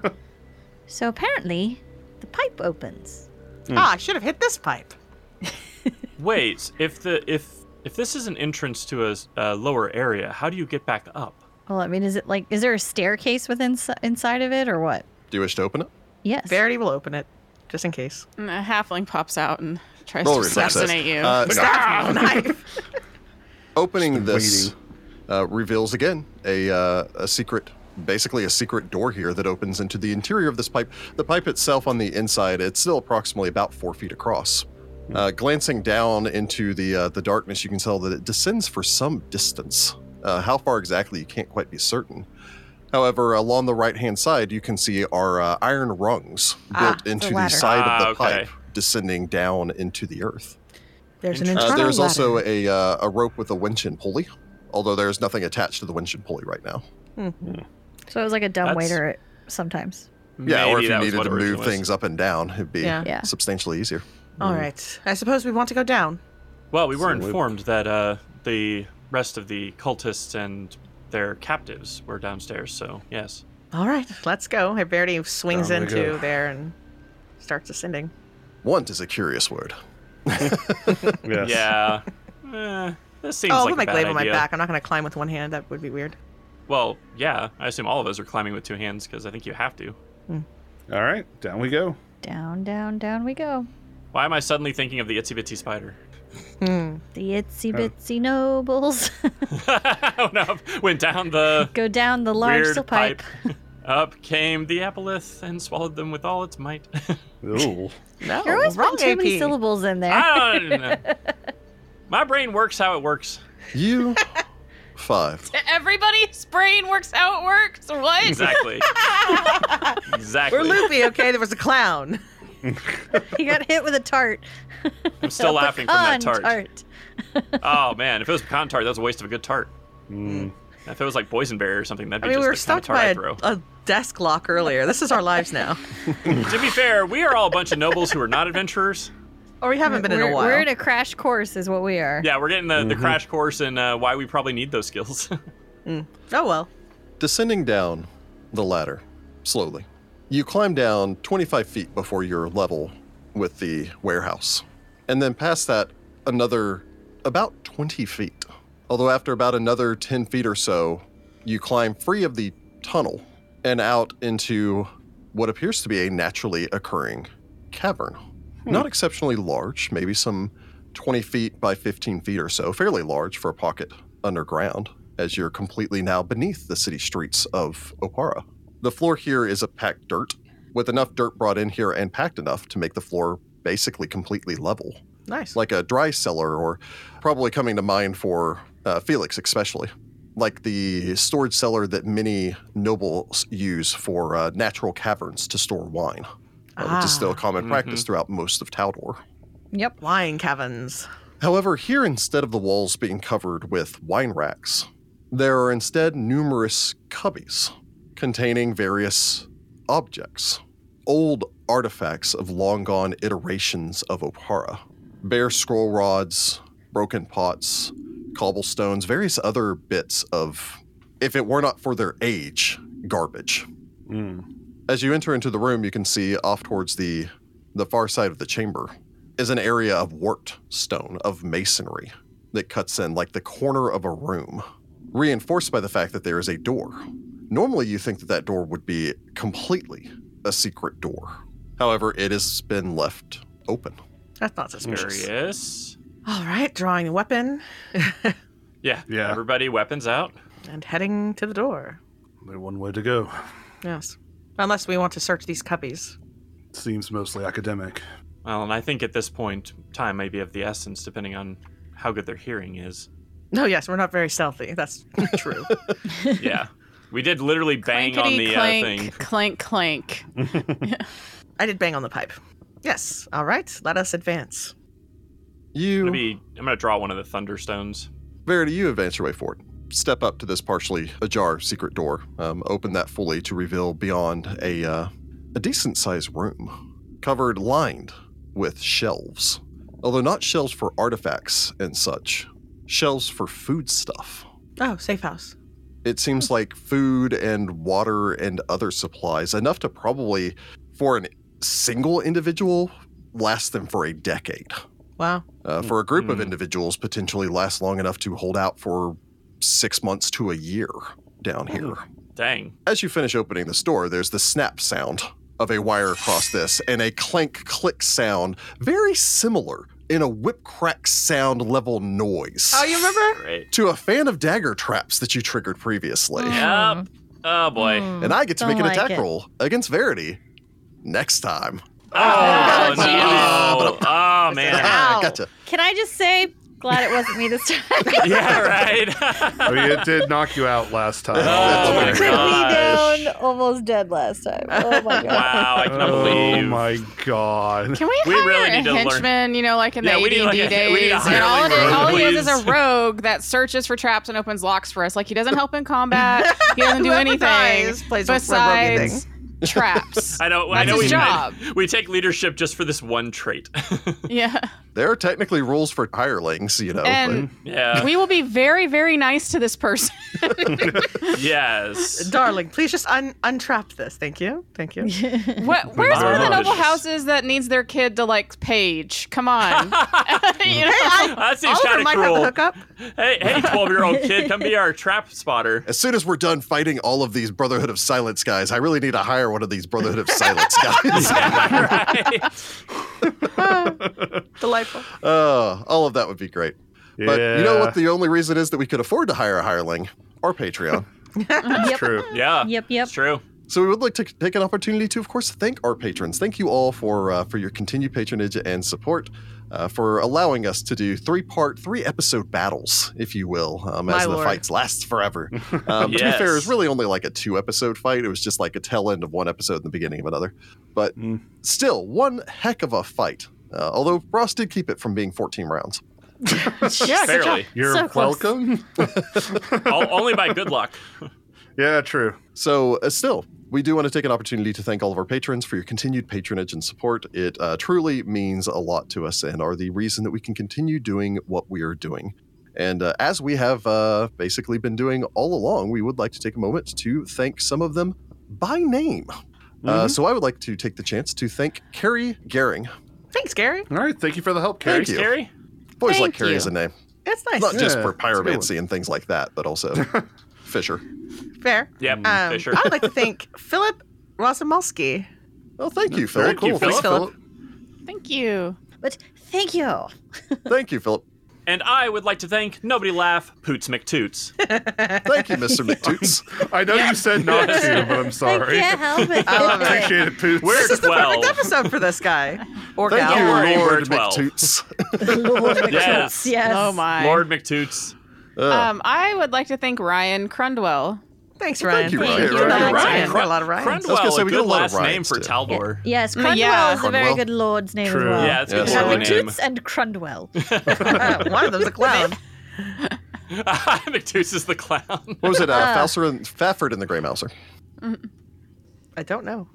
*laughs*
So apparently, the pipe opens.
Hmm.
Ah, I should have hit this pipe.
Wait, if the if if this is an entrance to a s- a lower area, how do you get back up?
Well, I mean, is it like is there a staircase within inside of it or what?
Do you wish to open it?
Yes.
Verity will open it, just in case.
And a halfling pops out and tries
Roll
to
reflex.
assassinate you.
Uh, no.
Ah.
Stab me with a *laughs* knife.
Opening this uh, reveals again a, uh, a secret, basically a secret door here that opens into the interior of this pipe. The pipe itself on the inside, it's still approximately about four feet across. Uh, glancing down into the uh, the darkness, you can tell that it descends for some distance. Uh, how far exactly, you can't quite be certain. However, along the right hand side, you can see are uh, iron rungs
Ah,
built into the
ladder.
side
Ah,
of the
okay.
pipe, descending down into the earth.
There's an
Uh,
internal
Uh, there's
ladder.
also a, uh, a rope with a winch and pulley, although there's nothing attached to the winch and pulley right now.
So it was like a dumb
That's-
waiter at- sometimes.
yeah, or
Maybe
if you
that was
needed
what
to
it
move
originally was.
things up and down, it'd be
Yeah.
Yeah.
substantially easier.
Hmm.
All right. I suppose we want to go down.
Well, we were
So we-
informed that uh, the rest of the cultists and their captives were downstairs. So yes,
All right. Let's go. And Verity swings
Down we
into
go.
there and starts ascending.
Want is a curious word.
Yes.
yeah. Eh, this seems
oh,
like
I'll put my
a bad
glaive on my
idea.
back. I'm not going to climb with one hand. That would be weird.
Well, yeah, I assume all of us are climbing with two hands because I think you have to.
All right, down we go.
Down, down, down we go.
Why am I suddenly thinking of the itsy bitsy spider? *laughs*
The
Uh,
itsy bitsy nobles *laughs*
oh no! Went down the
go down the large
weird
steel pipe.
*laughs* Up came the apolith and swallowed them with all its
*laughs*
might. *laughs*
Ooh.
No,
You're always
wrong
putting too many
AP.
syllables in there. *laughs*
I don't know. Ah, My brain works how it works.
*laughs*
You five.
Everybody's brain works how it works.
*laughs*
What?
Exactly. exactly.
We're loopy, okay? There was a
*laughs*
clown.
he got hit with a tart.
I'm still laughing from
Pecan
that tart. Oh man, if it was pecan tart, that was a waste of a good tart.
Mm.
If it was like boysenberry or something, that'd be
I mean, we were
just the
stumped
kind of
by
tart I
a,
throw.
a desk lock earlier. This is our lives now.
to be fair, we are all a bunch of nobles who are not adventurers.
Or we haven't been in
we're,
a while.
we're in a crash course, is what we are.
Yeah, we're getting the,
Mm-hmm.
the crash course in uh, why we probably need those skills. *laughs*
Oh, well.
Descending down the ladder slowly, you climb down 25 feet before you're level with the warehouse. And then past that, another about 20 feet. Although, after about another 10 feet or so, you climb free of the tunnel and out into what appears to be a naturally occurring cavern. Not exceptionally large, maybe some 20 feet by 15 feet or so, fairly large for a pocket underground, as you're completely now beneath the city streets of Opara. The floor here is a packed dirt, with enough dirt brought in here and packed enough to make the floor basically completely level,
Nice.
like a dry cellar, or probably coming to mind for uh, Felix, especially. Like the storage cellar that many nobles use for uh, natural caverns to store wine, uh, which is still a common practice throughout most of Taldor.
Yep.
Wine caverns.
However, here instead of the walls being covered with wine racks, there are instead numerous cubbies containing various objects, old artifacts of long gone iterations of Opara, bare scroll rods, broken pots, cobblestones, various other bits of, if it were not for their age, garbage.
Mm.
As you enter into the room, you can see off towards the the far side of the chamber is an area of warped stone of masonry that cuts in like the corner of a room, reinforced by the fact that there is a door. Normally, you think that that door would be completely a secret door. However, it has been left open.
That's not suspicious.
Curious.
All right, drawing a weapon
Yeah.
Yeah.
Everybody, weapons out.
and heading to the door.
Only one way to go.
Yes. Unless we want to search these cubbies.
Seems mostly academic.
Well, and I think at this point, time may be of the essence, depending on how good their
*laughs*
hearing is.
No, yes, we're not very stealthy. That's true.
Yeah. we did literally bang on
Clankety
the uh,
clank,
thing. *laughs*
clank, clank.
I did bang on the pipe. Yes. All right. Let us advance.
I'm
You,
gonna, be, I'm gonna draw one of the thunderstones.
Verity, you advance your way forward. Step up to this partially ajar secret door. Um, open that fully to reveal beyond a uh, a decent sized room, covered lined with shelves. Although not shelves for artifacts and such, shelves for food stuff.
Oh, safe house.
It seems like food and water and other supplies enough to probably, for a single individual, last them for a decade
Wow.
uh, for a group of
Mm.
individuals potentially last long enough to hold out for six months to a year down here.
Oh. Dang.
As you finish opening the store, there's the snap sound of a wire across this and a clank click sound, very similar in a whip crack sound level noise
Oh, you remember?
Great.
to a fan of dagger traps that you triggered previously.
Mm.
Yep. Oh boy.
Mm,
And I get to
don't
make an
like
attack
it.
roll against Verity next time. *laughs*
Oh,
God,
no. Oh man.
Ah,
Ow.
gotcha.
Can I just say, glad it wasn't me this *laughs* time.
Yeah, right.
*laughs* I mean, it did knock you out last time.
*laughs* Oh
*laughs*
my
Took me
gosh.
down almost dead last time. Oh
*laughs*
my god.
wow, I cannot
Oh
believe.
my god.
Can we,
We
hire
really
a
need to learn-
henchman, you know, like in
Yeah,
the
we need,
AD&D
like, a- we need
days?
a
and all,
hireling
it is, all he
rogue,
is is a
please.
rogue that searches for traps and opens locks for us. Like, he doesn't help in combat. He doesn't do *laughs*
Whoever
anything
dies plays a roguey
*laughs* besides traps.
I know. I
That's
know
his
we,
job.
we take leadership just for this one trait. *laughs*
yeah.
There are technically rules for hirelings, you know.
And
*laughs*
yeah.
we will be very, very nice to
*laughs*
this person. *laughs*
*laughs*
yes.
Darling, please just un- untrap this. Thank you. Thank you.
What, where's one of the
Very
noble
much.
houses that needs their kid to, like, page?
*laughs*
Come on. *laughs* you know?
That seems
Oliver
kind of
might have a
cruel.
hookup.
Hey,
*laughs*
hey, twelve-year-old kid, come be our trap
*laughs*
spotter.
As soon as we're done fighting all of these Brotherhood of Silence guys, I really need to hire one of these Brotherhood of Silence guys.
Right.
Delightful.
Uh, all of that would be great. But you know
Yeah,
what? The only reason is that we could afford to hire a hireling or Patreon.
*laughs*
yep.
true.
*laughs* Yeah.
Yep, yep. *laughs*
It's true.
So we would like to take an opportunity to, of course, thank our patrons. Thank you all for uh, for your continued patronage and support, uh, for allowing us to do three part, three episode battles, if you will, um, as
My
the
lord.
fights last forever. Um, To be
Yes.
fair, it was really only like a two episode fight. It was just like a tail end of one episode and the beginning of another. But
Mm.
still, one heck of a fight. Uh, although Ross did keep it from being 14 rounds.
Yeah, good
Fairly.
job.
You're
So close.
welcome.
O- only by good luck.
Yeah, true.
So, uh, still, we do want to take an opportunity to thank all of our patrons for your continued patronage and support. It uh, truly means a lot to us and are the reason that we can continue doing what we are doing. And uh, as we have uh, basically been doing all along, we would like to take a moment to thank some of them by name.
Mm-hmm.
Uh, so, I would like to take the chance to thank Carrie Gehring.
Thanks, Gary.
All right, thank you for the help, Carrie.
Thank
Very
you.
scary.
Boys
Thank
like Carrie as a name,
It's nice.
not just
Yeah,
for
it's a good one.
pyromancy and things like that, but
*laughs*
also Fisher.
Fair.
Yep.
Um,
Fisher.
I would like to thank *laughs* Philip Rosimolsky.
Oh, thank you, Philip.
Very cool.
Thanks, Philip.
Thank you.
But thank you.
Thank you, Philip.
And I would like to thank nobody laugh Poots McToots.
Thank you,
*laughs*
Mr. McToots.
I know you said not to, but I'm sorry.
I can't help it.
I love it.
Appreciate it, Poots.
We're
This is the perfect
12.
episode for this guy. Or
Thank
gal.
you,
worry, we're
Lord
12.
McToots.
Lord of the
Yeah.
Close, yes.
Oh, my.
Lord McToots.
Um, I would like to thank Ryan Crundwell.
Thanks,
Well,
Ryan.
thank you,
Ryan.
you,
Thank you,
Ryan.
Ryan.
We got a lot of Ryan.
I was gonna
Crundwell,
say
a
we get a
good
lot of
last name
Ryans,
for
too.
Taldor.
Yes, Crundwell
Yeah.
is a very
Crundwell.
good lord's name
True.
as well.
Yeah, it's a good
Yes.
Have
lord
Having
name.
Toots and *laughs* Crundwell.
*laughs* One of them's a clown.
*laughs* McToots is the clown. *laughs*
What was it? Uh,
Uh.
Fauser and Fafford and the Grey Mouser.
I don't know.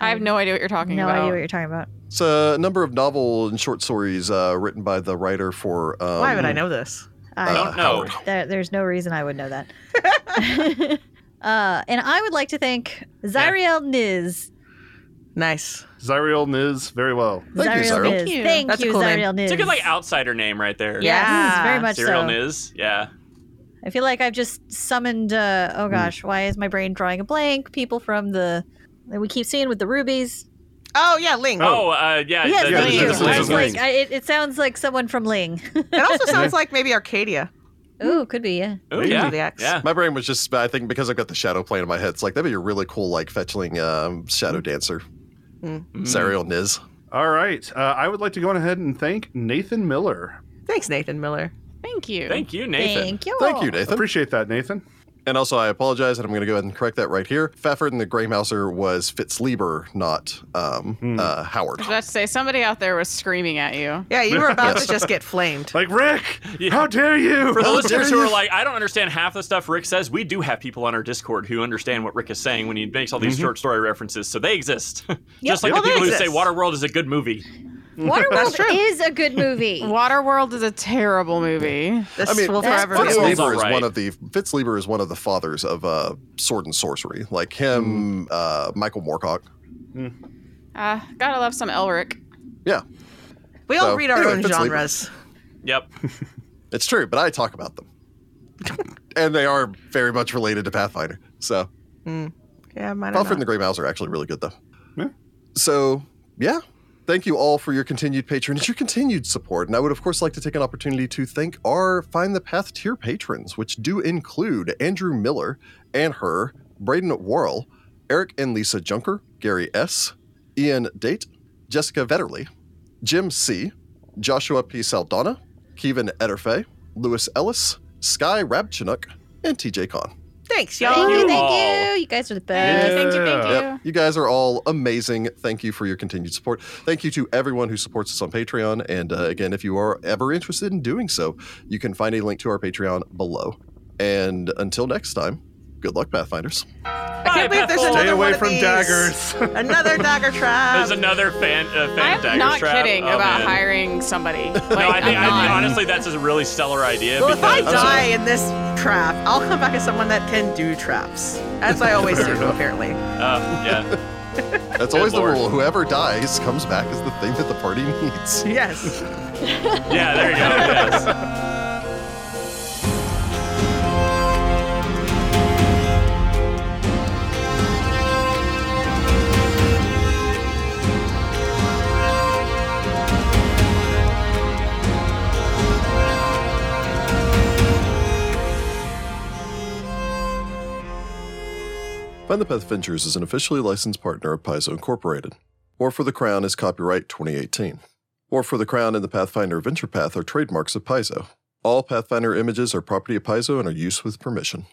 I have no idea what you're talking
no
about.
idea what you're talking about.
It's a number of novel and short stories uh, written by the writer for. Um,
Why would I know this?
I
I
Uh,
don't know.
There, there's no reason I would know that. *laughs* uh, and I would like to thank Zyriel Niz.
Nice.
Zyriel Niz, very well.
Thank you, Zyriel.
Niz.
Thank you.
Thank
That's a
you,
cool name.
Zyriel Niz.
It's a good like outsider name right there.
Yeah.
Yes, very much
Serial
so.
Niz. Yeah.
I feel like I've just summoned. Uh, oh gosh, why is my brain drawing a blank? People from the that we keep seeing with the rubies.
Oh yeah, Ling.
Oh, uh, yeah.
yes,
the-
yeah,
thank
this
you.
is
I
Ling.
was like, I, it, it sounds like someone from Ling.
It also sounds like maybe Arcadia.
Ooh, could be, yeah.
Ooh,
Maybe.
yeah,
The axe.
yeah.
My brain was just, I think, because I've got the shadow plane in my head. It's like that'd be a really cool, like fetching um, shadow dancer,
Mm.
Zariel Niz.
All right. Uh, I would like to go on ahead and thank Nathan Miller.
Thanks, Nathan Miller.
Thank you.
Thank you, Nathan.
Thank you.
Thank you, Nathan.
Appreciate that, Nathan.
And also, I apologize, and I'm going to go ahead and correct that right here. Fafford and the Grey Mouser was Fitzlieber, not um,
Hmm.
uh,
I
Howard.
was about to say somebody out there was screaming at you.
Yeah, you were about to just get flamed.
Like, Rick, how dare you?
For the
How
listeners
dare
who are
you.
like, I don't understand half the stuff Rick says, we do have people on our Discord who understand what Rick is saying when he makes all these
Mm-hmm.
short story references, so they exist. *laughs* Just like
Well,
the
they
people who say
exist.
Waterworld is a good movie.
That's
Waterworld
true.
is a good movie.
*laughs* Waterworld is a terrible movie.
This
I mean,
will
That's
forever
fine.
be.
It's
a-
Fitzlieber
Alright.
is one of the Fitzlieber is one of the fathers of uh, sword and sorcery, like him, uh, Michael Moorcock.
Uh, gotta love some Elric.
Yeah,
We all
So,
read our
anyway,
own
Fitzlieber.
genres. *laughs*
Yep.
it's true, but I talk about them, *laughs* and they are very much related to Pathfinder. So,
Yeah, mine are
Bufford and the
not.
Grey Mouse are actually really good, though.
Yeah.
So, yeah. Thank you all for your continued patronage, your continued support. And I would, of course, like to take an opportunity to thank our Find the Path tier patrons, which do include Andrew Miller and her, Braden Worrell, Eric and Lisa Junker, Gary S., Ian Date, Jessica Vetterly, Jim C., Joshua P. Saldana, Kevin Ederfe, Lewis Ellis, Sky Rabchinuk, and TJ Khan.
Thanks, y'all.
Thank you,
Oh.
thank you. You guys are the best.
Yeah.
Thank you, thank you.
Yep. You guys are all amazing. Thank you for your continued support. Thank you to everyone who supports us on Patreon. And uh, again, if you are ever interested in doing so, you can find a link to our Patreon below. And until next time, good luck, Pathfinders.
I can't believe there's
Bethel.
another
Stay
one
away
of
from
these.
daggers. *laughs*
Another dagger trap.
There's another fan, uh, fan
I'm
dagger
not
trap.
kidding
Oh,
about
man.
hiring somebody. Like,
No, I think,
I'm
I think
not.
honestly, that's a really stellar idea.
well, if I
because-
die in this trap, I'll come back as someone that can do traps. As I always do, apparently.
Uh, yeah.
That's
Good
always
lord.
the rule. Whoever dies comes back as the thing that the party needs.
Yes.
Yeah, there you go. Yes.
Find the Path Ventures is an officially licensed partner of Paizo Incorporated. War for the Crown is copyright 2018. War for the Crown and the Pathfinder Venture Path are trademarks of Paizo. All Pathfinder images are property of Paizo and are used with permission.